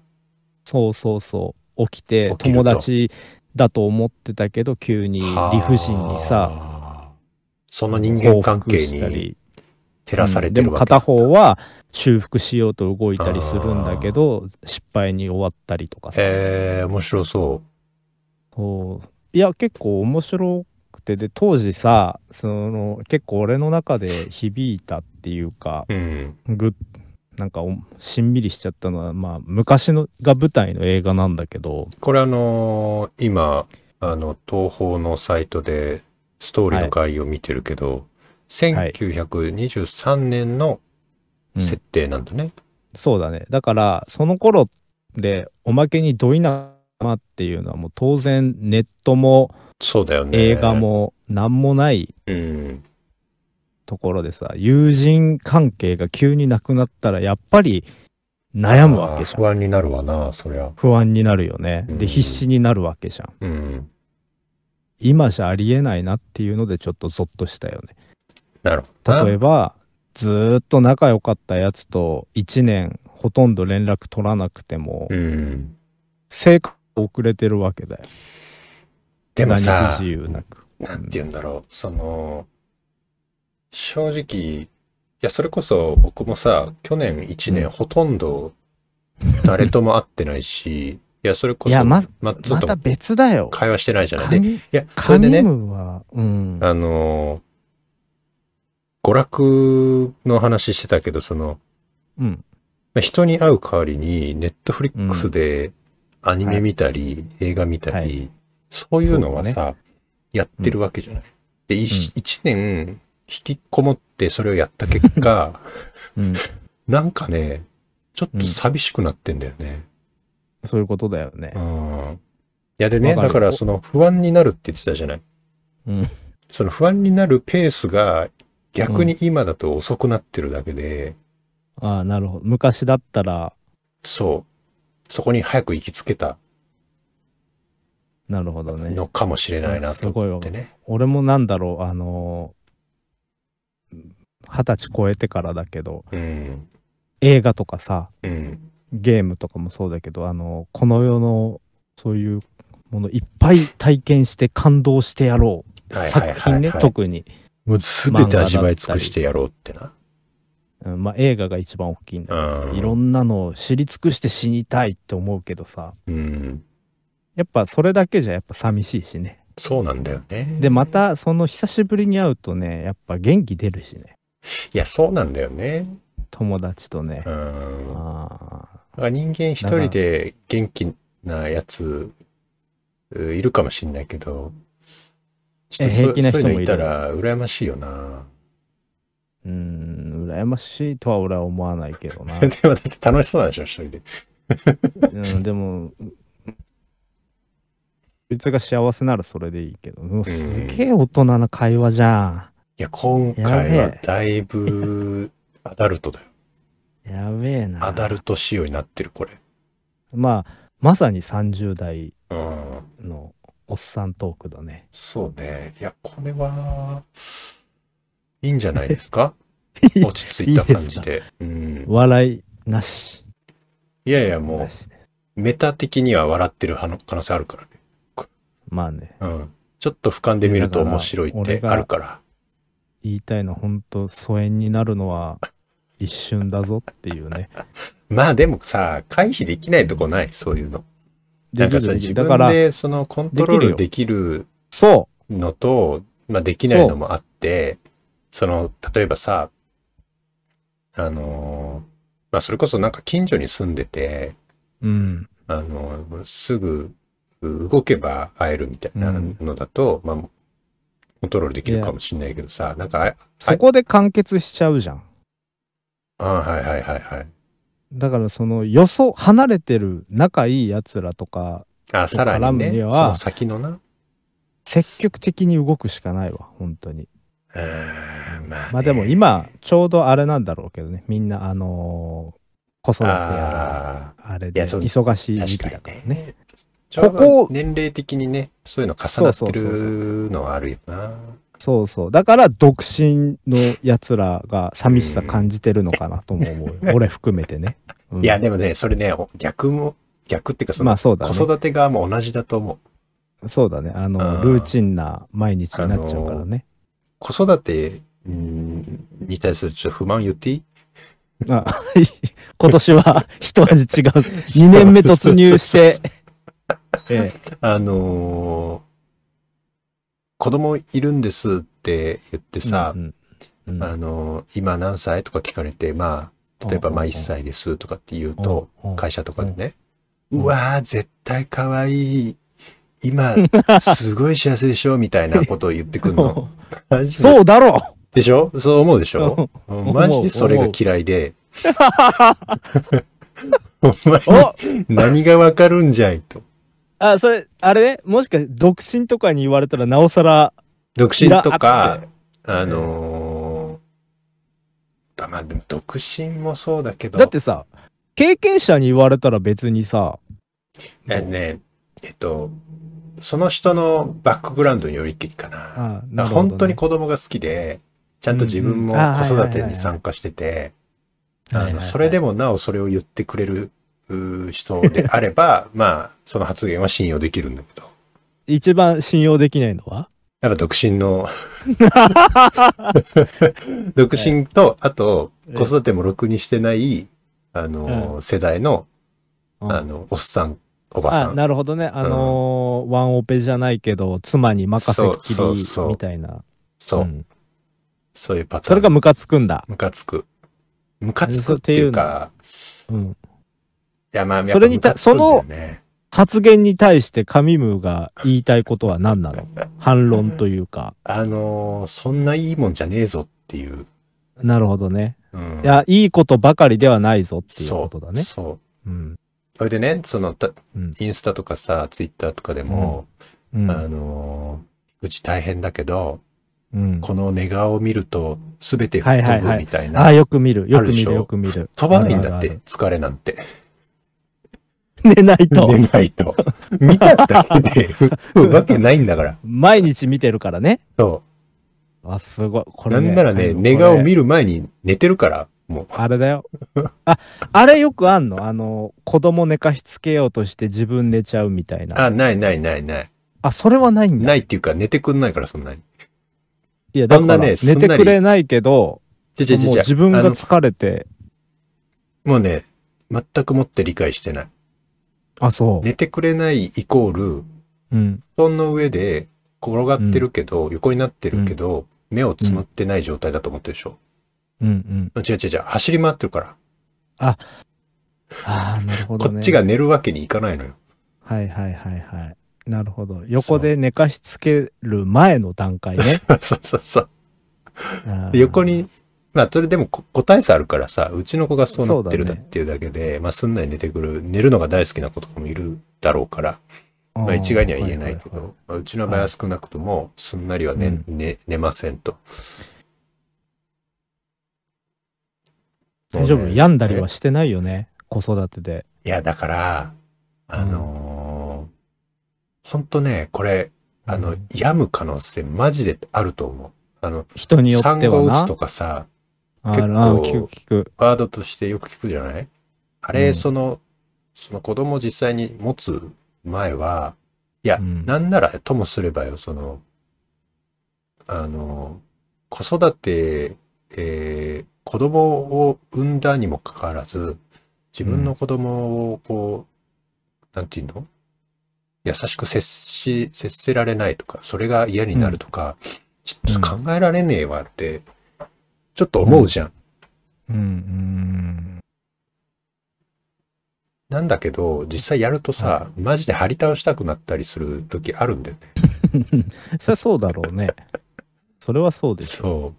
[SPEAKER 1] そうそうそう。起きて、
[SPEAKER 2] 起きると
[SPEAKER 1] 友達だと思ってたけど、急に理不尽にさ、
[SPEAKER 2] さ。その人間関係に照らされ
[SPEAKER 1] うん
[SPEAKER 2] て
[SPEAKER 1] で
[SPEAKER 2] る
[SPEAKER 1] も
[SPEAKER 2] わけ
[SPEAKER 1] 片
[SPEAKER 2] だ。
[SPEAKER 1] 方は修復しようと動いたりするんだけど、失敗に終わったりとかさ。
[SPEAKER 2] ええー、面白そ
[SPEAKER 1] そういや、結構面白くて、で、当時さ、その、結構俺の中で響いたっていうか、
[SPEAKER 2] う。うん。
[SPEAKER 1] ぐっなんかおしんみりしちゃったのは、まあ、昔のが舞台の映画なんだけど、
[SPEAKER 2] これあのー今、あの、東宝のサイトでストーリーの概要を見てるけど、
[SPEAKER 1] はい
[SPEAKER 2] 1923年の
[SPEAKER 1] うん
[SPEAKER 2] 設定なんだね。
[SPEAKER 1] そうだねだからその頃でおまけにど田舎っていうのはもう当然ネットも
[SPEAKER 2] そうだよね。
[SPEAKER 1] 映画。も何もない
[SPEAKER 2] うん。
[SPEAKER 1] ところでさ友人関係が急になくなったらやっぱり悩むわけじゃん
[SPEAKER 2] 不安になるわな、そりゃ。
[SPEAKER 1] 不安になるよね
[SPEAKER 2] うん
[SPEAKER 1] で必死になるわけじゃん
[SPEAKER 2] うん。
[SPEAKER 1] 今じゃありえないなっていうのでちょっとゾッとしたよね
[SPEAKER 2] なるほどな。
[SPEAKER 1] 例えばずーっと仲良かったやつと1年ほとんど連絡取らなくても
[SPEAKER 2] うん。
[SPEAKER 1] 生活遅れてるわけだよ
[SPEAKER 2] でも
[SPEAKER 1] 何
[SPEAKER 2] さ
[SPEAKER 1] 不、自由なく
[SPEAKER 2] なんて言うんだろう、その、正直、いや、それこそ僕もさ、去年1
[SPEAKER 1] う
[SPEAKER 2] 年
[SPEAKER 1] ん
[SPEAKER 2] ほとんど誰とも会ってないし、いや、それこそ、
[SPEAKER 1] いやま
[SPEAKER 2] ずっ
[SPEAKER 1] ま
[SPEAKER 2] と
[SPEAKER 1] た別だよ
[SPEAKER 2] 会話してないじゃない。
[SPEAKER 1] カ
[SPEAKER 2] でい
[SPEAKER 1] ニ
[SPEAKER 2] や、そ
[SPEAKER 1] カ
[SPEAKER 2] れで
[SPEAKER 1] ニ
[SPEAKER 2] ね、
[SPEAKER 1] ムはうん
[SPEAKER 2] あのー、娯楽の話してたけど、その、
[SPEAKER 1] うん
[SPEAKER 2] まあ人に会う代わりに、ネットフリックスでアニメ見たり、映画見たり、
[SPEAKER 1] はい
[SPEAKER 2] そういうのは
[SPEAKER 1] そ
[SPEAKER 2] さ、やってるわけじゃない。で、
[SPEAKER 1] うん
[SPEAKER 2] 一、一年、引きこもってそれをやった結 果、
[SPEAKER 1] うん
[SPEAKER 2] なんかね、ちょっと寂しくなってんだよね。
[SPEAKER 1] そういうことだよね
[SPEAKER 2] うん。いや、でね、
[SPEAKER 1] わかる
[SPEAKER 2] だからその不安になるって言ってたじゃない。
[SPEAKER 1] うん
[SPEAKER 2] その不安になるペースが、逆に今だと遅くなってるだけで、
[SPEAKER 1] ああなるほど昔だったら
[SPEAKER 2] そう。そこに早く行きつけた
[SPEAKER 1] なるほどね
[SPEAKER 2] のかもしれないなと思ってね。
[SPEAKER 1] 俺もなんだろうあのー二十歳超えてからだけど
[SPEAKER 2] うん。
[SPEAKER 1] 映画とかさ
[SPEAKER 2] うん。
[SPEAKER 1] ゲームとかもそうだけどあのこの世のそういうものいっぱい体験して感動してやろう、
[SPEAKER 2] はいはいはいはい
[SPEAKER 1] 作品ね特に、
[SPEAKER 2] もうすべて味わい尽くしてやろうってな。
[SPEAKER 1] うんまあ、映画が一番大きいんだけど
[SPEAKER 2] うん
[SPEAKER 1] さいろんなのを知り尽くして死にたいって思うけどさ
[SPEAKER 2] うん。
[SPEAKER 1] やっぱそれだけじゃやっぱ寂しいしね
[SPEAKER 2] そうなんだよね。
[SPEAKER 1] でまたその久しぶりに会うとねやっぱ元気出るしね
[SPEAKER 2] いや、そうなんだよね。
[SPEAKER 1] 友達とね
[SPEAKER 2] う、ん。だ
[SPEAKER 1] ああ
[SPEAKER 2] から人間一人で元気なやつ、ういるかもしんないけど、ちょっと
[SPEAKER 1] え
[SPEAKER 2] そ
[SPEAKER 1] 平気な人も
[SPEAKER 2] そういう
[SPEAKER 1] い
[SPEAKER 2] の
[SPEAKER 1] る
[SPEAKER 2] いたら羨ましいよな。
[SPEAKER 1] うーん羨ましいとは俺は思わないけど な
[SPEAKER 2] でもだって楽しそうなんでしょ、一人で。
[SPEAKER 1] うん、でも、こいつが幸せならそれでいいけど、もうすげえ大人な会話じゃ
[SPEAKER 2] いや、今回はだいぶアダルトだよ。
[SPEAKER 1] ん。やべえな。
[SPEAKER 2] アダルト仕様になってる、これ。
[SPEAKER 1] まあ、まさに30代
[SPEAKER 2] うん。
[SPEAKER 1] のおっさんトークだね。
[SPEAKER 2] そうね。いや、これは、いいんじゃないで すか落ち着いた感じで。うん。
[SPEAKER 1] 笑いなし。
[SPEAKER 2] いやいや、も
[SPEAKER 1] なしね
[SPEAKER 2] う、メタ的には笑ってる派の可能性あるからね。
[SPEAKER 1] まあね、
[SPEAKER 2] うん。ちょっと俯瞰で見ると
[SPEAKER 1] だから
[SPEAKER 2] 面白いっ
[SPEAKER 1] 俺
[SPEAKER 2] て
[SPEAKER 1] が
[SPEAKER 2] あるから。
[SPEAKER 1] 言いたいのは本当疎遠になるのは一瞬だぞっていうね。
[SPEAKER 2] まあでもさ、回避できないとこない、そういうの。
[SPEAKER 1] で
[SPEAKER 2] なん
[SPEAKER 1] き
[SPEAKER 2] かさ、
[SPEAKER 1] るでき
[SPEAKER 2] 自
[SPEAKER 1] るだか
[SPEAKER 2] 分
[SPEAKER 1] ら、
[SPEAKER 2] でそのコントロールできる
[SPEAKER 1] そ
[SPEAKER 2] のと、まあできないのもあって、その、例えばさ、あのーまあそれこそなんか近所に住んでて、
[SPEAKER 1] ううん。
[SPEAKER 2] あの、すぐう動けば会えるみたいな
[SPEAKER 1] うん
[SPEAKER 2] のだと、まあ、コントロールできるかもしれないけどさ、なんか、
[SPEAKER 1] そこで完結しちゃうじゃん。
[SPEAKER 2] あ、あはいはいはいはい。
[SPEAKER 1] だからそのよそ離れてる仲いいやつらとか
[SPEAKER 2] あ、さらに
[SPEAKER 1] 絡む
[SPEAKER 2] ね、
[SPEAKER 1] に
[SPEAKER 2] そ
[SPEAKER 1] は
[SPEAKER 2] の先のな。
[SPEAKER 1] 積極的に動くしかないわ本当に
[SPEAKER 2] うーんま
[SPEAKER 1] まあでも今ちょうどあれなんだろうけどねみんなあのー子育てや
[SPEAKER 2] あ
[SPEAKER 1] らあれ
[SPEAKER 2] い
[SPEAKER 1] で
[SPEAKER 2] やそう
[SPEAKER 1] 忙し
[SPEAKER 2] ー
[SPEAKER 1] い時期だか
[SPEAKER 2] 確からに
[SPEAKER 1] ね
[SPEAKER 2] ね。ちょ
[SPEAKER 1] こ
[SPEAKER 2] うど
[SPEAKER 1] こ
[SPEAKER 2] 年齢的にね、そういうの重なって
[SPEAKER 1] そうそう
[SPEAKER 2] るのはあるよな。
[SPEAKER 1] そうそうだから独身のやつらが寂しさ感じてるのかなとも思うよ、俺含めてね、うん
[SPEAKER 2] いや、でもね、それね、お逆も、逆っていうか、そ
[SPEAKER 1] ま
[SPEAKER 2] の
[SPEAKER 1] あ、そうだ
[SPEAKER 2] 子
[SPEAKER 1] ね
[SPEAKER 2] 育て側も同じだと思う。
[SPEAKER 1] そうだねあの
[SPEAKER 2] うん
[SPEAKER 1] ルーチンな毎日になっちゃうからね、
[SPEAKER 2] 子育てうんに対するちょっと不満言っていい
[SPEAKER 1] あ今年は一味 違う2年目突入して、ええ
[SPEAKER 2] あのー子供いるんですって言ってさ
[SPEAKER 1] う、んうん
[SPEAKER 2] あのー今何歳とか聞かれて、まあ、例えば、
[SPEAKER 1] うん
[SPEAKER 2] まあ
[SPEAKER 1] うん
[SPEAKER 2] 1歳ですとかって言うと、
[SPEAKER 1] うん
[SPEAKER 2] 会社とかでね、
[SPEAKER 1] うん
[SPEAKER 2] うわー、絶対可愛い。 今、すごい幸せでしょみたいなことを言ってくんの。マジ で
[SPEAKER 1] そうだろ
[SPEAKER 2] でしょそう思うでし
[SPEAKER 1] う
[SPEAKER 2] ょ
[SPEAKER 1] ん
[SPEAKER 2] うんマジでそれが嫌いで、 お前に
[SPEAKER 1] お
[SPEAKER 2] 何がわかるんじゃいと。
[SPEAKER 1] あ、それ、あれね、もしかして独身とかに言われたらなおさら、
[SPEAKER 2] 独身とか
[SPEAKER 1] いら、
[SPEAKER 2] あのー、まあでも独身もそうだけど、
[SPEAKER 1] だってさ、経験者に言われたら別にさ、
[SPEAKER 2] えね、えっと、その人のバックグラウンドによりきりかな。
[SPEAKER 1] あ
[SPEAKER 2] だから本当に子供が好きで、ちゃんと自分も
[SPEAKER 1] うんうんあ
[SPEAKER 2] 子育
[SPEAKER 1] はいはいはい
[SPEAKER 2] て
[SPEAKER 1] はい
[SPEAKER 2] に参加してて、
[SPEAKER 1] はいは
[SPEAKER 2] あ
[SPEAKER 1] いはい
[SPEAKER 2] のそれでもなおそれを言ってくれるうー人であれば、 まあ、その発言は信用できるんだけど。
[SPEAKER 1] 一番信用できないのは
[SPEAKER 2] だから独身 の独身と、あと
[SPEAKER 1] ええ
[SPEAKER 2] 子育てもろくにしてない、あの、世代の、
[SPEAKER 1] うん
[SPEAKER 2] あの、おっさん、おばさ
[SPEAKER 1] あ
[SPEAKER 2] ん。
[SPEAKER 1] なるほどね。あのーワンオペじゃないけど、妻に任せっき
[SPEAKER 2] そうそうそ
[SPEAKER 1] り
[SPEAKER 2] う
[SPEAKER 1] みたいな。
[SPEAKER 2] そう、
[SPEAKER 1] うん
[SPEAKER 2] そういうパターン。
[SPEAKER 1] それがムカつくんだ。
[SPEAKER 2] ムカつく。ムカつくっていうか、
[SPEAKER 1] うん
[SPEAKER 2] いやまあ、やっぱ
[SPEAKER 1] それにた
[SPEAKER 2] ムカつくんだよね
[SPEAKER 1] 発言に対してカミムーが言いたいことは何な の反論というか。
[SPEAKER 2] あのーそんないいもんじゃねえぞっていう。
[SPEAKER 1] なるほどね。
[SPEAKER 2] うん
[SPEAKER 1] いや、いいことばかりではないぞっていうことだね。
[SPEAKER 2] そう。そう
[SPEAKER 1] うん。
[SPEAKER 2] それでね、その、た
[SPEAKER 1] うん
[SPEAKER 2] インスタとかさ、ツイッターとかでも、
[SPEAKER 1] うん。
[SPEAKER 2] あのー、うち大変だけど、
[SPEAKER 1] うん
[SPEAKER 2] この寝顔を見ると全て吹っ
[SPEAKER 1] はい
[SPEAKER 2] 飛
[SPEAKER 1] はいは
[SPEAKER 2] ぶ
[SPEAKER 1] い
[SPEAKER 2] みたいな。
[SPEAKER 1] あよく見る。よ
[SPEAKER 2] あ
[SPEAKER 1] く
[SPEAKER 2] るで
[SPEAKER 1] 見
[SPEAKER 2] しょ
[SPEAKER 1] る。よく見る。
[SPEAKER 2] 飛ばないんだっ
[SPEAKER 1] ある
[SPEAKER 2] て、疲れなんて。
[SPEAKER 1] あるある。寝ないと。
[SPEAKER 2] 寝な いと。見ただけで 吹っ飛ぶわけないんだから。
[SPEAKER 1] 毎日見てるからね。
[SPEAKER 2] そ
[SPEAKER 1] あ、すごい。こ
[SPEAKER 2] う。
[SPEAKER 1] れ、
[SPEAKER 2] なんならね、寝顔見る前に寝てるから、もう。
[SPEAKER 1] あれだよ。あ、あれよくあんのあの、子供寝かしつけようとして自分寝ちゃうみたいな。あ、
[SPEAKER 2] あ、ないないないない。
[SPEAKER 1] それはないんだ。
[SPEAKER 2] ないっていうか、寝てくんないから、そんなに。
[SPEAKER 1] いや、だか
[SPEAKER 2] そ
[SPEAKER 1] ら
[SPEAKER 2] んな
[SPEAKER 1] 寝
[SPEAKER 2] ねすんなり
[SPEAKER 1] てくれないけど、
[SPEAKER 2] ちょちょちょちょ
[SPEAKER 1] もう自分
[SPEAKER 2] あ
[SPEAKER 1] が
[SPEAKER 2] の
[SPEAKER 1] 疲れて、
[SPEAKER 2] もうね、全くもって理解してない。
[SPEAKER 1] あ、そう。
[SPEAKER 2] 寝てくれないイコール、
[SPEAKER 1] うん。
[SPEAKER 2] 布団の上で転がってるけど、横になってるけど、目をつむってない状態だと思ってるでしょ。
[SPEAKER 1] うんうん。
[SPEAKER 2] 違う違う違う、走り回ってるから。
[SPEAKER 1] ああ、なるほど
[SPEAKER 2] こ
[SPEAKER 1] ね。
[SPEAKER 2] っち。が寝るわけにいかないのよ。
[SPEAKER 1] はいはいはいはい。なるほど。横で寝かしつける前の段階ね。
[SPEAKER 2] そうそうそう。
[SPEAKER 1] あー
[SPEAKER 2] で横。に、まあ、それでもこ個体差あるからさ、うちの子がそうなってる
[SPEAKER 1] そう
[SPEAKER 2] だ
[SPEAKER 1] だ
[SPEAKER 2] っ
[SPEAKER 1] ね
[SPEAKER 2] ていうだけで、まあ、すんなり寝てくる、寝るのが大好きな子とかもいるだろうから、
[SPEAKER 1] ま
[SPEAKER 2] まあ、一概には言えないけど、まあうちの場合
[SPEAKER 1] は
[SPEAKER 2] はい少なくとも、すんなりは寝、
[SPEAKER 1] うん
[SPEAKER 2] 寝寝ませんと。
[SPEAKER 1] 大丈
[SPEAKER 2] も
[SPEAKER 1] 夫
[SPEAKER 2] うね
[SPEAKER 1] 病んだりはしてないよね。子育てで。
[SPEAKER 2] いや、だから、あのーほんとね、これ、あ
[SPEAKER 1] う
[SPEAKER 2] の
[SPEAKER 1] ん、
[SPEAKER 2] 病む可能性マジであると思う。あの、
[SPEAKER 1] 人によっては
[SPEAKER 2] 産
[SPEAKER 1] な。
[SPEAKER 2] 後うつとかさ、
[SPEAKER 1] あ
[SPEAKER 2] 結構
[SPEAKER 1] あ聞く聞く。
[SPEAKER 2] ワードとしてよく聞くじゃないあれ、
[SPEAKER 1] うん
[SPEAKER 2] その、その子供を実際に持つ前は、いや、
[SPEAKER 1] うん
[SPEAKER 2] なんならともすればよ、その、あの、子育て、えー子供を産んだにもかかわらず、自分の子供をこう、なんていうの優しく接し、接せられないとか、それが嫌になるとか、ちょっと考えられねえわって、ちょっと思うじゃん。
[SPEAKER 1] うんう ん。
[SPEAKER 2] なんだけど、実際やるとさ、マジで張り倒したくなったりする時あるんだよね。
[SPEAKER 1] そりゃそうだろうね。それはそうです。
[SPEAKER 2] そ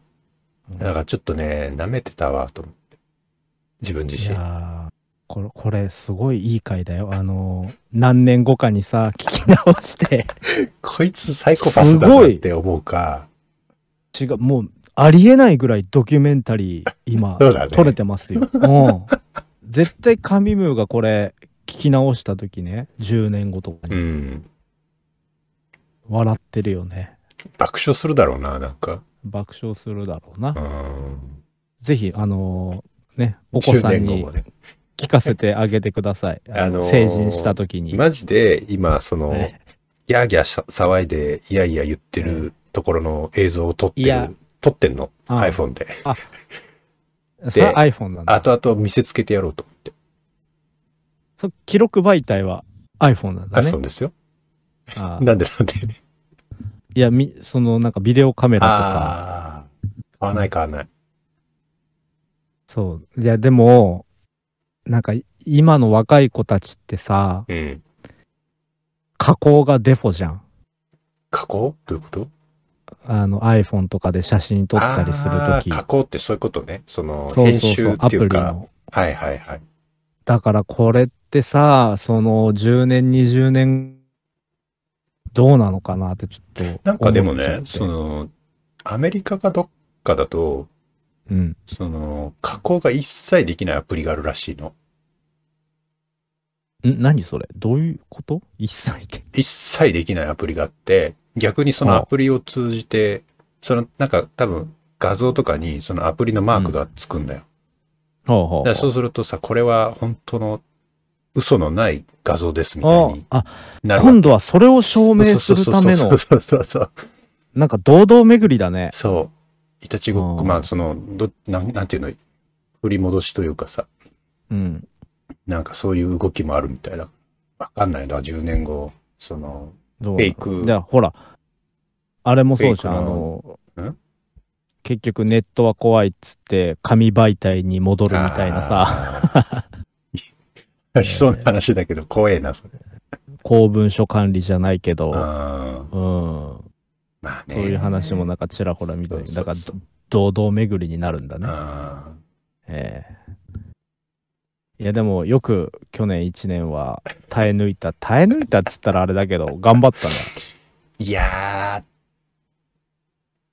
[SPEAKER 2] う。だからちょっとね、舐めてたわ、と思って。自分
[SPEAKER 1] い
[SPEAKER 2] 自身。
[SPEAKER 1] やーこれ、これ、すごいいい回だよ。あのー、何年後かにさ、聞き直 して、
[SPEAKER 2] こいつサイコパスだ
[SPEAKER 1] す
[SPEAKER 2] な
[SPEAKER 1] ご
[SPEAKER 2] っ
[SPEAKER 1] い
[SPEAKER 2] て思うか。
[SPEAKER 1] 違う、もう、ありえないぐらいドキュメンタリー、今、
[SPEAKER 2] そうだね
[SPEAKER 1] 撮れてますよ。うん。絶対、カミムーがこれ、聞き直した時ね、10年後とか
[SPEAKER 2] う
[SPEAKER 1] に、
[SPEAKER 2] ん。
[SPEAKER 1] 笑ってるよね。
[SPEAKER 2] 爆笑するだろうな、なんか。
[SPEAKER 1] 爆笑するだろうな
[SPEAKER 2] う。ん。
[SPEAKER 1] ぜひ、あのーね、お子さん
[SPEAKER 2] 10年
[SPEAKER 1] に
[SPEAKER 2] 後もね。
[SPEAKER 1] 聞かせてあげてください。あ
[SPEAKER 2] あの
[SPEAKER 1] の
[SPEAKER 2] ー
[SPEAKER 1] 成人した時に。
[SPEAKER 2] マジで、今、その、
[SPEAKER 1] ね
[SPEAKER 2] ギャーギャーさ騒いで、いやいや言ってるところの映像を撮って
[SPEAKER 1] いや
[SPEAKER 2] る。撮ってんの。
[SPEAKER 1] うん
[SPEAKER 2] iPhone で。
[SPEAKER 1] それ iPhone なんだ。
[SPEAKER 2] 後々見せつけてやろうと思って。
[SPEAKER 1] そ記録媒体は iPhone なんだね。
[SPEAKER 2] iPhone ですよ。
[SPEAKER 1] あー
[SPEAKER 2] なんでなんで。
[SPEAKER 1] いや、みそのなんかビデオカメラとか。
[SPEAKER 2] ああ。買わない買わない。
[SPEAKER 1] そう。いや、でも、なんか今の若い子たちってさ、
[SPEAKER 2] うん。
[SPEAKER 1] 加工がデフォじゃん。
[SPEAKER 2] 加工どういうこと
[SPEAKER 1] あの iPhone とかで写真撮ったりする
[SPEAKER 2] あ
[SPEAKER 1] と
[SPEAKER 2] ー
[SPEAKER 1] き、
[SPEAKER 2] 加工ってそういうことね。その、
[SPEAKER 1] そう
[SPEAKER 2] 編
[SPEAKER 1] そうそ
[SPEAKER 2] 集
[SPEAKER 1] う、
[SPEAKER 2] っ
[SPEAKER 1] ア
[SPEAKER 2] て
[SPEAKER 1] プ
[SPEAKER 2] い
[SPEAKER 1] リ
[SPEAKER 2] うか。
[SPEAKER 1] の。
[SPEAKER 2] はいはいはい。
[SPEAKER 1] だからこれってさ、その10年、20年、どうなのかなってちょっと。
[SPEAKER 2] なんかでもね、そ
[SPEAKER 1] その、
[SPEAKER 2] の、アメリカかどっかだと、
[SPEAKER 1] うん。
[SPEAKER 2] その、加工が一切できないアプリがあるらしいの。
[SPEAKER 1] ん何それどういうこと一切で。
[SPEAKER 2] 一切できないアプリがあって、逆にその
[SPEAKER 1] ああ
[SPEAKER 2] アプリを通じて、その、なんか多分、画像とかにそのアプリのマークがつくんだよ。
[SPEAKER 1] ほうほ
[SPEAKER 2] だからそうするとさ、これは本当の嘘のない画像ですみたい
[SPEAKER 1] あ
[SPEAKER 2] に
[SPEAKER 1] あ、
[SPEAKER 2] なるわけ
[SPEAKER 1] 今度はそれを証明するため
[SPEAKER 2] そ
[SPEAKER 1] の
[SPEAKER 2] う、そうそうそう。
[SPEAKER 1] なんか堂々巡りだね。
[SPEAKER 2] そう。いたちごっこ、
[SPEAKER 1] うん
[SPEAKER 2] まあ、その、ど、なん、なんていうの、振り戻しというかさ、
[SPEAKER 1] うん。
[SPEAKER 2] なんかそういう動きもあるみたいな。わかんないな、10年後、その、
[SPEAKER 1] どう
[SPEAKER 2] フェイク
[SPEAKER 1] じゃあほら、あれもそうじゃん。あ
[SPEAKER 2] フェイク
[SPEAKER 1] の
[SPEAKER 2] ん、
[SPEAKER 1] 結局ネットは怖いっつって、紙媒体に戻るみたいなさ、
[SPEAKER 2] さ。ありそうな話だけど、怖えな、それ。
[SPEAKER 1] 公文書管理じゃないけど、
[SPEAKER 2] あー
[SPEAKER 1] うん。
[SPEAKER 2] まあね。
[SPEAKER 1] そういう話もなんかちらほら見たり、
[SPEAKER 2] そうそ
[SPEAKER 1] だ
[SPEAKER 2] う
[SPEAKER 1] から
[SPEAKER 2] そう
[SPEAKER 1] ど堂々巡りになるんだね。
[SPEAKER 2] あ
[SPEAKER 1] ええいやでもよく去年1年は耐え抜いた耐え抜いたっつったらあれだけど頑張ったね
[SPEAKER 2] ーいや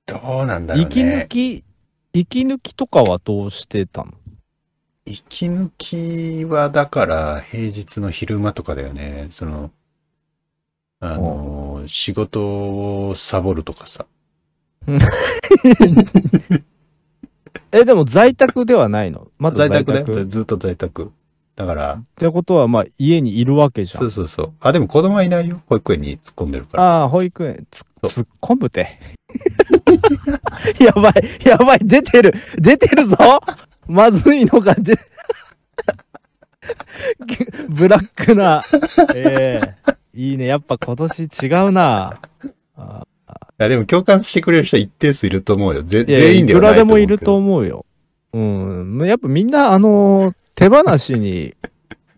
[SPEAKER 2] ー、どうなんだろうね。
[SPEAKER 1] 息抜き息抜きとかはどうしてたの
[SPEAKER 2] 息抜きはだから平日の昼間とかだよね。その、あの、仕事をサボるとかさ。
[SPEAKER 1] えでも在宅ではないのまず
[SPEAKER 2] 在
[SPEAKER 1] 在
[SPEAKER 2] 宅
[SPEAKER 1] 宅
[SPEAKER 2] だよ。ずっと在宅。だから、
[SPEAKER 1] ってことはまあ家にいるわけじゃ
[SPEAKER 2] そ
[SPEAKER 1] ん
[SPEAKER 2] うそうそう。あ、でも子供はいないよ。保育園に突っ込んでるから。
[SPEAKER 1] ああ保育園つ
[SPEAKER 2] そ
[SPEAKER 1] 突
[SPEAKER 2] う
[SPEAKER 1] っ込むて やばいやばい出てる出てるぞ まずいのが出 ブラック なええいいねやっぱ今年違うない
[SPEAKER 2] やでも共感してくれる人は一定数いると思うよ。ぜ
[SPEAKER 1] いや
[SPEAKER 2] 全員ではい
[SPEAKER 1] く
[SPEAKER 2] な
[SPEAKER 1] ら
[SPEAKER 2] い
[SPEAKER 1] で
[SPEAKER 2] と思う
[SPEAKER 1] も
[SPEAKER 2] け
[SPEAKER 1] い
[SPEAKER 2] ど
[SPEAKER 1] ると思うようんやっぱみんなあの手放し に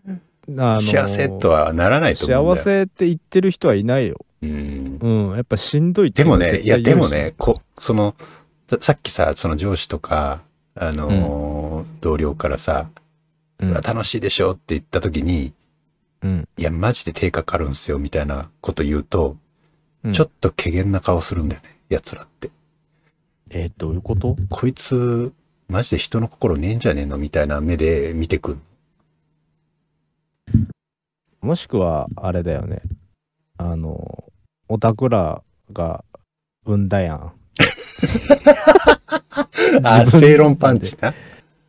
[SPEAKER 1] あの
[SPEAKER 2] 幸せとはならないと思うん
[SPEAKER 1] 幸
[SPEAKER 2] だよ。
[SPEAKER 1] せって言ってる人はいないよ
[SPEAKER 2] うん。
[SPEAKER 1] うんやっぱしんどいって
[SPEAKER 2] で
[SPEAKER 1] いうの
[SPEAKER 2] も
[SPEAKER 1] は
[SPEAKER 2] ね、
[SPEAKER 1] 絶
[SPEAKER 2] いや、
[SPEAKER 1] 対言
[SPEAKER 2] で
[SPEAKER 1] うし
[SPEAKER 2] もね、こ、その、ささっきさ、その上司とか、あのー同僚からさ、
[SPEAKER 1] うん
[SPEAKER 2] 楽しいでしょって言った時に、
[SPEAKER 1] うん
[SPEAKER 2] いや、マジで手かかるんすよ、みたいなこと言うと、
[SPEAKER 1] うん
[SPEAKER 2] ちょっと怪げな顔するんだよね、奴らって。
[SPEAKER 1] えー、どういうこと
[SPEAKER 2] こいつ、マジで人の心ねえんじゃねえのみたいな目で見てくる。
[SPEAKER 1] もしくはあれだよねあのオタクらが産んだやん
[SPEAKER 2] あ、
[SPEAKER 1] 自分
[SPEAKER 2] 正論パンチな。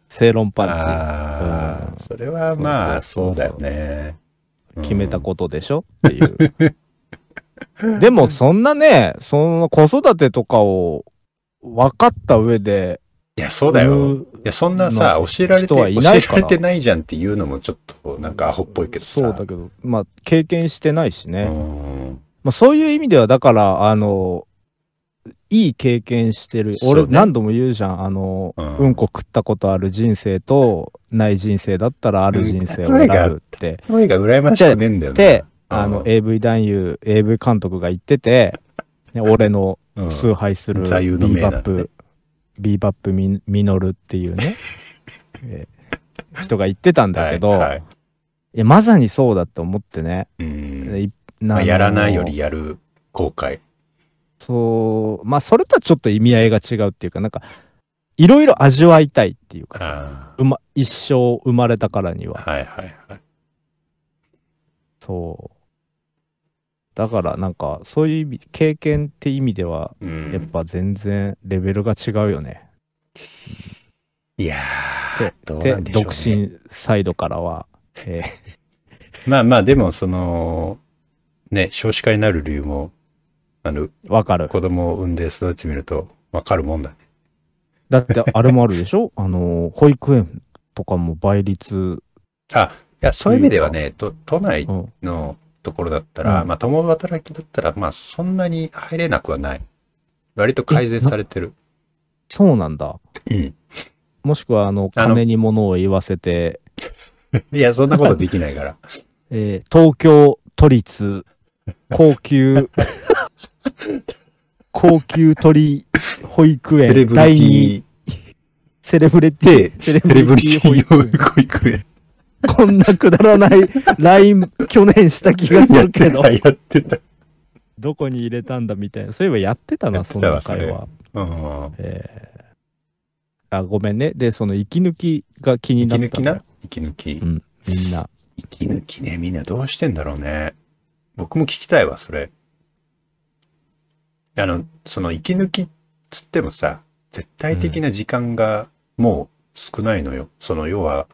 [SPEAKER 1] 正論パン
[SPEAKER 2] ああ、
[SPEAKER 1] うん
[SPEAKER 2] それはまあ、
[SPEAKER 1] そ
[SPEAKER 2] そう
[SPEAKER 1] そう
[SPEAKER 2] う
[SPEAKER 1] そう
[SPEAKER 2] だ
[SPEAKER 1] そう
[SPEAKER 2] よね。
[SPEAKER 1] チ決めたことでしょっていう でもそんなねその子育てとかを分かった上で
[SPEAKER 2] いや、そうだよ。いや、そんなさ、教えられて、
[SPEAKER 1] 人はい
[SPEAKER 2] 教
[SPEAKER 1] な
[SPEAKER 2] え
[SPEAKER 1] いから
[SPEAKER 2] られてないじゃんっていうのもちょっと、なんかアホっぽいけどさ。
[SPEAKER 1] そうだけどまあ経験してないしね、
[SPEAKER 2] うん
[SPEAKER 1] まあ、そういう意味ではだからあのいい経験してる、
[SPEAKER 2] そうね
[SPEAKER 1] 俺何度も言うじゃんあの、
[SPEAKER 2] う
[SPEAKER 1] うんん、こ食ったことある人生とない人生だったらある人生を
[SPEAKER 2] うん
[SPEAKER 1] 選ぶって、
[SPEAKER 2] 声が羨ましくねえんだよね。
[SPEAKER 1] で
[SPEAKER 2] うん
[SPEAKER 1] あの AV 男優 AV 監督が言ってて、ね、俺の
[SPEAKER 2] うん
[SPEAKER 1] 崇拝するビ
[SPEAKER 2] 座右の銘
[SPEAKER 1] ー
[SPEAKER 2] な
[SPEAKER 1] バ
[SPEAKER 2] んだね
[SPEAKER 1] ップ、ビーバップミミノルっていう ね、えー人が言ってたんだけど、
[SPEAKER 2] はい
[SPEAKER 1] い
[SPEAKER 2] はい
[SPEAKER 1] やまさにそうだって思ってね、
[SPEAKER 2] うん
[SPEAKER 1] い
[SPEAKER 2] まあ、やらないよ
[SPEAKER 1] り
[SPEAKER 2] りやる後悔。
[SPEAKER 1] そう、まあそれとはちょっと意味合いが違うっていうか、なんか、いろいろ味わいたいっていうかさ、
[SPEAKER 2] あ
[SPEAKER 1] うま、一生生まれたからに
[SPEAKER 2] あ
[SPEAKER 1] は。
[SPEAKER 2] はいはいはい。
[SPEAKER 1] そう。だからなんか、そういう意味、経験って意味では、
[SPEAKER 2] うん
[SPEAKER 1] やっぱ全然レベルが違うよね。
[SPEAKER 2] いやー
[SPEAKER 1] て、
[SPEAKER 2] どう
[SPEAKER 1] で
[SPEAKER 2] なんでしょう、ね。
[SPEAKER 1] 独。身サイドからは、え
[SPEAKER 2] まあまあ、でも、その、ね、少子化になる理由も、あの、
[SPEAKER 1] ーわかる。
[SPEAKER 2] 子供を産んで育ててみると、わかるもんだね。
[SPEAKER 1] だってあれもあるでしょあの、保育園とかも倍率、
[SPEAKER 2] いや、そういう意味ではね、と都内
[SPEAKER 1] うん、
[SPEAKER 2] のところだったら、
[SPEAKER 1] うん
[SPEAKER 2] まあ、共働きだったら、まあ、そんなに入れなくはない。割と改善されてる。
[SPEAKER 1] そうなんだ。
[SPEAKER 2] うん。
[SPEAKER 1] もしくは、あの、
[SPEAKER 2] あの
[SPEAKER 1] 金に物を言わせて、
[SPEAKER 2] いや、そんなことできない から。
[SPEAKER 1] え ー東京都立高級高級鳥保育
[SPEAKER 2] セレ
[SPEAKER 1] 園
[SPEAKER 2] ブリ
[SPEAKER 1] 第
[SPEAKER 2] テ
[SPEAKER 1] 2
[SPEAKER 2] ィ、
[SPEAKER 1] セレブリティ、セレ
[SPEAKER 2] セレブリテ
[SPEAKER 1] 保
[SPEAKER 2] ィ
[SPEAKER 1] 育
[SPEAKER 2] 養
[SPEAKER 1] 園
[SPEAKER 2] 育保育 園。
[SPEAKER 1] こんなくだらない LINE 去年した気がす
[SPEAKER 2] やっ
[SPEAKER 1] るけ
[SPEAKER 2] て
[SPEAKER 1] ど
[SPEAKER 2] た、、 やってた。
[SPEAKER 1] どこに入れたんだみたいな。そういえばやってた
[SPEAKER 2] や
[SPEAKER 1] な、
[SPEAKER 2] って
[SPEAKER 1] そ
[SPEAKER 2] た
[SPEAKER 1] んな
[SPEAKER 2] わ
[SPEAKER 1] 会話。
[SPEAKER 2] うん。
[SPEAKER 1] えーあ、ごめんね。で、その息抜きが気にな
[SPEAKER 2] 息
[SPEAKER 1] っ
[SPEAKER 2] 抜
[SPEAKER 1] た
[SPEAKER 2] き
[SPEAKER 1] んだよ
[SPEAKER 2] な息抜き
[SPEAKER 1] う。んみんな。
[SPEAKER 2] 息抜きね、みんなどうしてんだろうね。僕も聞きたいわ、それ。あの、その息抜きつってもさ、絶対的な時間がもう少ないのよ。その要は、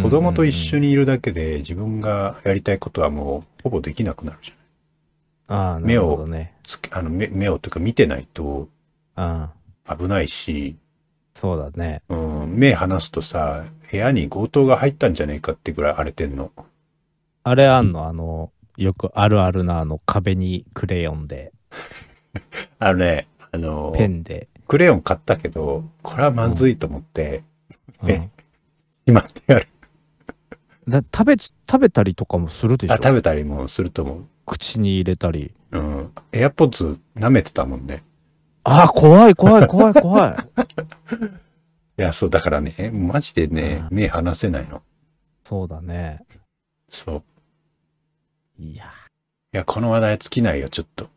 [SPEAKER 2] 子供と一緒
[SPEAKER 1] に。
[SPEAKER 2] にいるだけで自分がやりたいことはもうほぼできなくなるじゃない。
[SPEAKER 1] ああ、な
[SPEAKER 2] 目
[SPEAKER 1] る
[SPEAKER 2] を
[SPEAKER 1] ほどね。
[SPEAKER 2] つあの目目をというか見てないと
[SPEAKER 1] うん。
[SPEAKER 2] 危ないし、
[SPEAKER 1] そうだね。
[SPEAKER 2] うん、目離すとさ、部屋に強盗が入ったんじゃねえかってぐらい荒れてんの。
[SPEAKER 1] あれあんの、あの、よくあるあるな、あの、壁にクレヨンで、
[SPEAKER 2] あのね、あの、
[SPEAKER 1] ペンで。
[SPEAKER 2] クレヨン買ったけど、これはまずいと思って、
[SPEAKER 1] う
[SPEAKER 2] ペン
[SPEAKER 1] ん、
[SPEAKER 2] 今ってやる。
[SPEAKER 1] だ食べち、食べたりとかもするでし
[SPEAKER 2] あ、食
[SPEAKER 1] ょ
[SPEAKER 2] べたりもすると思
[SPEAKER 1] 口に入れたり。
[SPEAKER 2] う。うん。エアポッツ舐めてたもんね。
[SPEAKER 1] ああ、怖い、怖い、怖い、怖い。
[SPEAKER 2] いや、そう、だからね、マジでね、
[SPEAKER 1] う
[SPEAKER 2] 目離せないの。
[SPEAKER 1] そうだね。
[SPEAKER 2] そう。
[SPEAKER 1] いや、
[SPEAKER 2] いや、この話題尽きないよ、ちょっと。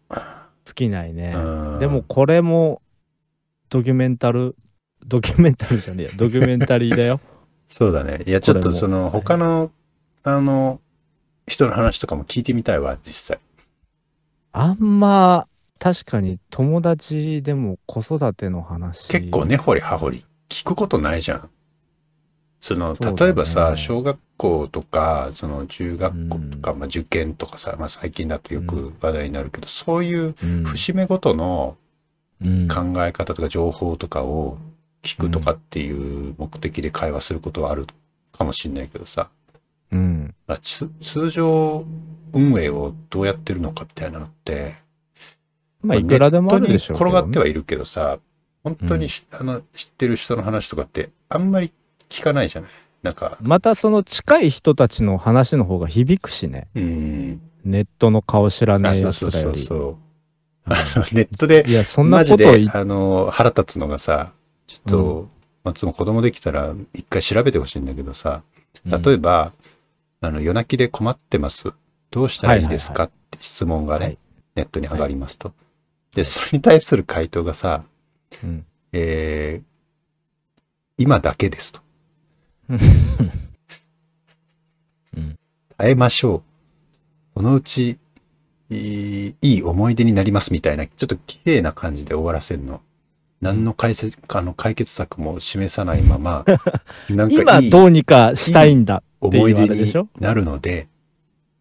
[SPEAKER 1] 尽きないね。
[SPEAKER 2] うん
[SPEAKER 1] でも、これも、ドキュメンタル、ドキュメンタルじゃねえ や、ドキュメンタリーだよ。
[SPEAKER 2] そうだね。いや、ちょっ
[SPEAKER 1] ことれも
[SPEAKER 2] その、他の、あの、人の話とかも聞いてみたいわ、実際。
[SPEAKER 1] あんま、確かに友達でも子育ての話。
[SPEAKER 2] 結構。根掘り葉掘り聞くことないじゃん。その、
[SPEAKER 1] そうだね
[SPEAKER 2] 例えばさ、小学校とか、その中学校とか、まあ受験とかさ、まあ最近だとよく話題になるけど、そういう
[SPEAKER 1] うん、
[SPEAKER 2] 節目ごとの
[SPEAKER 1] うん
[SPEAKER 2] 考え方とか情報とかを聞くとかっていう目的で会話することはあるかもしんないけどさ、
[SPEAKER 1] うん。
[SPEAKER 2] まあつ通常運営をどうやってるのかみたいなのって、
[SPEAKER 1] まあ、いくらでもあるでしょうけど、
[SPEAKER 2] 本
[SPEAKER 1] ね。
[SPEAKER 2] 当に転がってはいるけどさ、本当にし、あの知ってる人の話とかってあんまり聞かないじゃないなんか、
[SPEAKER 1] またその近い人たちの話の方が響くしね。
[SPEAKER 2] うん。
[SPEAKER 1] ネットの顔知ら
[SPEAKER 2] あ
[SPEAKER 1] ない
[SPEAKER 2] そう
[SPEAKER 1] やつ
[SPEAKER 2] そう
[SPEAKER 1] ら
[SPEAKER 2] そ
[SPEAKER 1] よ
[SPEAKER 2] う
[SPEAKER 1] り。
[SPEAKER 2] そう。あの ネットで、
[SPEAKER 1] いや、そんなこと
[SPEAKER 2] マジ
[SPEAKER 1] 言
[SPEAKER 2] で、あの、腹立つのがさ、ちょっと、松も子供できたら一回調べてほしいんだけどさ、
[SPEAKER 1] うん
[SPEAKER 2] 例えば、あの、夜泣きで困ってます。どうしたらいいですか
[SPEAKER 1] は
[SPEAKER 2] って質問がね、
[SPEAKER 1] はい
[SPEAKER 2] ネットに上がりますと。で、それに対する回答がさ、
[SPEAKER 1] うん
[SPEAKER 2] えー今だけですと。
[SPEAKER 1] うん
[SPEAKER 2] 耐えましょう。そのうち、いいいい思い出になりますみたいな、ちょっと綺麗な感じで終わらせるの。何の解説あの解決策も示さないまま、なんか
[SPEAKER 1] 今
[SPEAKER 2] いい
[SPEAKER 1] どうにかしたいんだ。
[SPEAKER 2] 思い
[SPEAKER 1] っていうあ
[SPEAKER 2] 出
[SPEAKER 1] れで
[SPEAKER 2] に
[SPEAKER 1] しょ
[SPEAKER 2] なるので、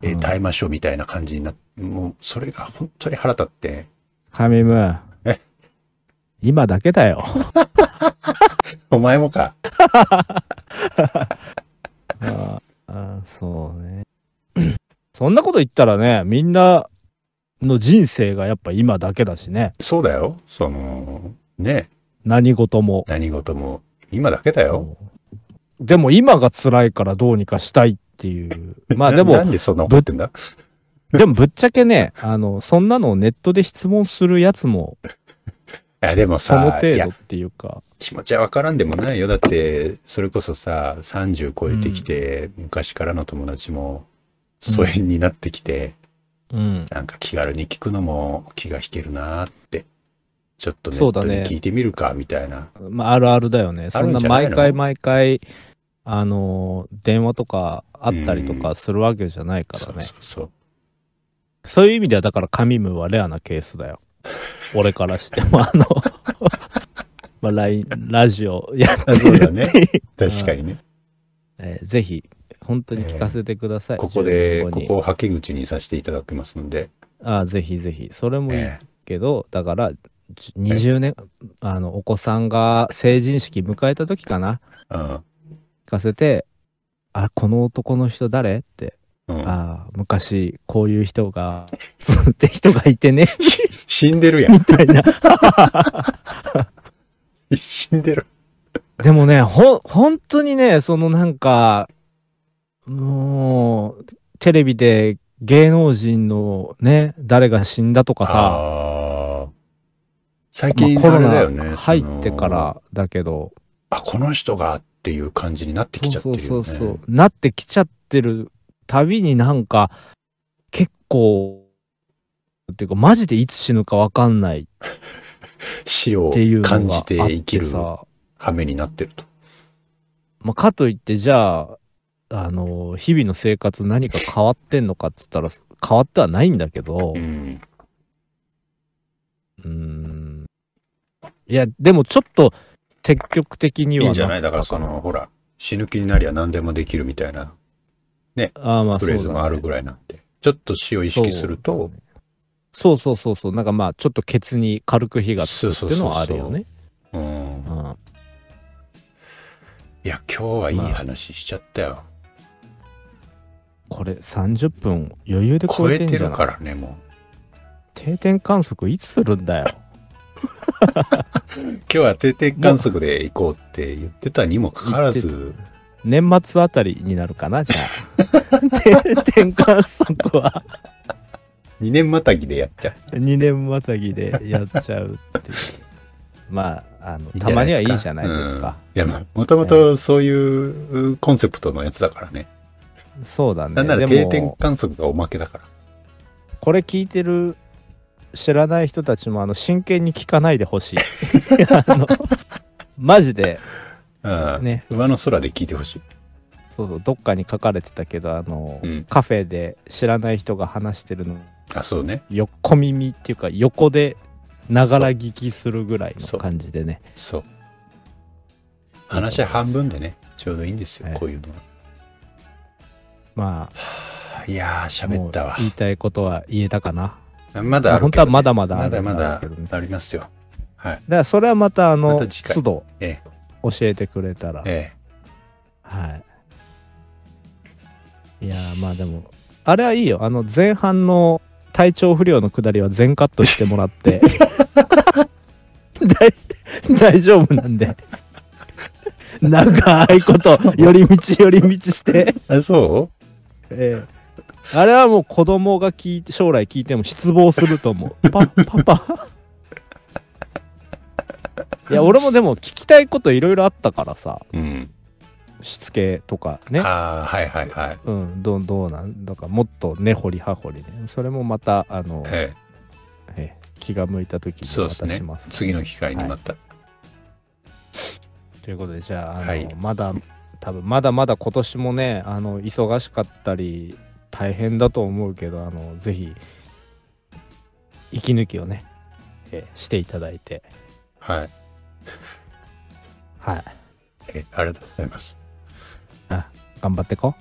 [SPEAKER 2] えー
[SPEAKER 1] うん
[SPEAKER 2] 耐えましょうみたいな感じになって、もうそれが本当に腹立って、
[SPEAKER 1] カミム
[SPEAKER 2] え。
[SPEAKER 1] 今だけだよ。
[SPEAKER 2] お前もか。
[SPEAKER 1] ああ、そうね。そんなこと言ったらね、みんなの人生がやっぱ今だけだしね。
[SPEAKER 2] そうだよ。その、ね、
[SPEAKER 1] 何事も。
[SPEAKER 2] 何事も今だけだよ。
[SPEAKER 1] でも今が辛いからどうにかしたいっていう。まあでも
[SPEAKER 2] な、なんでそんな怒ってんだ
[SPEAKER 1] でもぶっちゃけね、あの、そんなのをネットで質問するやつも、
[SPEAKER 2] いや、でも
[SPEAKER 1] その
[SPEAKER 2] さ、
[SPEAKER 1] 程
[SPEAKER 2] い
[SPEAKER 1] 度
[SPEAKER 2] や、
[SPEAKER 1] っていうか。
[SPEAKER 2] 気持ちはわからんでもないよ。だって、それこそさ、30超えてきて、昔からの友達も、
[SPEAKER 1] うん
[SPEAKER 2] 疎遠になってきて、
[SPEAKER 1] うん。
[SPEAKER 2] なんか気軽に聞くのも気が引けるなーって、ちょっとネ
[SPEAKER 1] そ
[SPEAKER 2] ッ
[SPEAKER 1] うだ
[SPEAKER 2] ト
[SPEAKER 1] ね
[SPEAKER 2] に聞いてみるか、みたいな。
[SPEAKER 1] まあ、あるあるだよね。そんな毎回毎回、あの、電話とかあったりとかするわけじゃないから
[SPEAKER 2] そう
[SPEAKER 1] ね。
[SPEAKER 2] そうそう。
[SPEAKER 1] そういう意味では、だから、カミムはレアなケースだ よ。俺からしても、あの、 まあ、LINE、ラジオやってるって いう
[SPEAKER 2] そうだね確かにね。
[SPEAKER 1] えーぜひ、本当に聞かせてください。
[SPEAKER 2] ここで、
[SPEAKER 1] 15
[SPEAKER 2] こ
[SPEAKER 1] に
[SPEAKER 2] こをはけ口にさせていただきますので、
[SPEAKER 1] ああ、ぜひぜひ。それもいい
[SPEAKER 2] え
[SPEAKER 1] けど、だから、じ20年、あの、お子さんが成人式迎えた時かな、
[SPEAKER 2] えうん
[SPEAKER 1] 聞かせて、あ、この男の人誰って、
[SPEAKER 2] うん
[SPEAKER 1] ああ、昔、こういう人が、 そうって人がいてね、
[SPEAKER 2] 死んでるやん。
[SPEAKER 1] みたいな。
[SPEAKER 2] 死んでる。
[SPEAKER 1] でもね、ほん、本当にね、そのなんか、もう、テレビで芸能人のね、誰が死んだとかさ、
[SPEAKER 2] あ最
[SPEAKER 1] まあ
[SPEAKER 2] 近
[SPEAKER 1] コ
[SPEAKER 2] あ
[SPEAKER 1] ロ
[SPEAKER 2] れだよね。
[SPEAKER 1] ナ入ってか
[SPEAKER 2] その。
[SPEAKER 1] らだけど、
[SPEAKER 2] あ、この人がっていう感じになってきちゃってるよね。
[SPEAKER 1] そうそうそうそうなってきちゃってるたびになんか結構っていうかマジでいつ死ぬか分かんないっ
[SPEAKER 2] 死を
[SPEAKER 1] ていうのがあ
[SPEAKER 2] 感
[SPEAKER 1] っ
[SPEAKER 2] じて生き
[SPEAKER 1] て
[SPEAKER 2] る羽
[SPEAKER 1] さ、
[SPEAKER 2] 目になってると。
[SPEAKER 1] まあ、かといってじゃああの日々の生活何か変わってんのかっつったら変わってはないんだけど
[SPEAKER 2] う、ん。
[SPEAKER 1] うーんいやでもちょっと積極的に
[SPEAKER 2] いい
[SPEAKER 1] は
[SPEAKER 2] んじゃない
[SPEAKER 1] な
[SPEAKER 2] だからその、ほら、死ぬ気になりゃ何でもできるみたいな
[SPEAKER 1] あーまあ
[SPEAKER 2] フレーズもあるぐらいなんで、ちょっと死を意識すると、
[SPEAKER 1] そうそうそうそうなんかまあちょっとケツに軽く火がつ
[SPEAKER 2] そう
[SPEAKER 1] く
[SPEAKER 2] そ
[SPEAKER 1] っ
[SPEAKER 2] う
[SPEAKER 1] ていうう
[SPEAKER 2] そそ
[SPEAKER 1] の
[SPEAKER 2] う
[SPEAKER 1] はあるよね。
[SPEAKER 2] うん
[SPEAKER 1] う。ん
[SPEAKER 2] いや、今日はいい話しちゃったよ。
[SPEAKER 1] これ30分余裕で超
[SPEAKER 2] 超
[SPEAKER 1] え
[SPEAKER 2] え
[SPEAKER 1] てんじ
[SPEAKER 2] て
[SPEAKER 1] ゃ
[SPEAKER 2] る
[SPEAKER 1] ない
[SPEAKER 2] からね、も
[SPEAKER 1] 定点観測いつするんだよ
[SPEAKER 2] う。今日は定点観測で行こうって言ってたにもかかわらず、
[SPEAKER 1] 年末あたりになるかなじゃ あ定点観測は
[SPEAKER 2] 2年またぎでやっちゃ う。
[SPEAKER 1] 2年またぎでやっちゃうっていう まああの
[SPEAKER 2] いいん
[SPEAKER 1] た
[SPEAKER 2] じゃ
[SPEAKER 1] ま
[SPEAKER 2] な
[SPEAKER 1] にはい
[SPEAKER 2] で
[SPEAKER 1] い
[SPEAKER 2] すか
[SPEAKER 1] じゃないですか、
[SPEAKER 2] いや、まあ、もともとそういうコンセプトのやつだからね。
[SPEAKER 1] そうだね
[SPEAKER 2] なんなら
[SPEAKER 1] で
[SPEAKER 2] 定点
[SPEAKER 1] も
[SPEAKER 2] 観測がおまけだから。
[SPEAKER 1] これ聞いてる知らない人たちもあの真剣に聞かないでほ しいあのマジで
[SPEAKER 2] うん
[SPEAKER 1] ね
[SPEAKER 2] 上の空で聞いてほしい。
[SPEAKER 1] そうそうどっかに書かれてたけどあの、
[SPEAKER 2] うん
[SPEAKER 1] カフェで知らない人が話してるの
[SPEAKER 2] あ、そうね。
[SPEAKER 1] 横耳っていうか横でながら聞きするぐらい
[SPEAKER 2] そ
[SPEAKER 1] の
[SPEAKER 2] う
[SPEAKER 1] 感じでね
[SPEAKER 2] そう。話は半分でね、ちょうどいいんですよ、
[SPEAKER 1] ええ
[SPEAKER 2] こういうのは。
[SPEAKER 1] まあ
[SPEAKER 2] いやー、喋ったわ
[SPEAKER 1] もう。言いたいことは言えたかな
[SPEAKER 2] まだある
[SPEAKER 1] 本
[SPEAKER 2] け
[SPEAKER 1] 当は
[SPEAKER 2] どね、
[SPEAKER 1] まだまだあ
[SPEAKER 2] ま
[SPEAKER 1] る
[SPEAKER 2] だ
[SPEAKER 1] ん
[SPEAKER 2] ま
[SPEAKER 1] だ
[SPEAKER 2] だ
[SPEAKER 1] けどね
[SPEAKER 2] ありますよ。はい。
[SPEAKER 1] だからそれはまたあの、
[SPEAKER 2] また次回
[SPEAKER 1] 都度
[SPEAKER 2] え
[SPEAKER 1] 教えてくれたら、
[SPEAKER 2] え、え
[SPEAKER 1] はいいやーまあでもあれはいいよあの前半の体調不良のくだりは全カットしてもらって 大大丈夫なん で長いこと寄り道寄り道して
[SPEAKER 2] え。あ、そ
[SPEAKER 1] ええあれはもう子供が聞いて将来聞いても失望すると思 う。パパパ。いや俺もでも聞きたいこといろいろあったからさ
[SPEAKER 2] ううん。
[SPEAKER 1] しつけとかね、
[SPEAKER 2] ああ、はいはいはい。
[SPEAKER 1] うん、どうどうなんだからもっと根掘り葉掘りねそれもまたあの、
[SPEAKER 2] え
[SPEAKER 1] ええ気が向いた時
[SPEAKER 2] え、
[SPEAKER 1] に
[SPEAKER 2] そう
[SPEAKER 1] ま
[SPEAKER 2] です
[SPEAKER 1] た
[SPEAKER 2] ね
[SPEAKER 1] します。。
[SPEAKER 2] 次の機会にまた。
[SPEAKER 1] ということでじゃああの、
[SPEAKER 2] はい
[SPEAKER 1] まだ多分まだまだ今年もねあの忙しかったり大変だと思うけどあのぜひ息抜きをね、えーしていただいて
[SPEAKER 2] はい。
[SPEAKER 1] はい
[SPEAKER 2] ええありがとうございます。
[SPEAKER 1] 頑張ってこ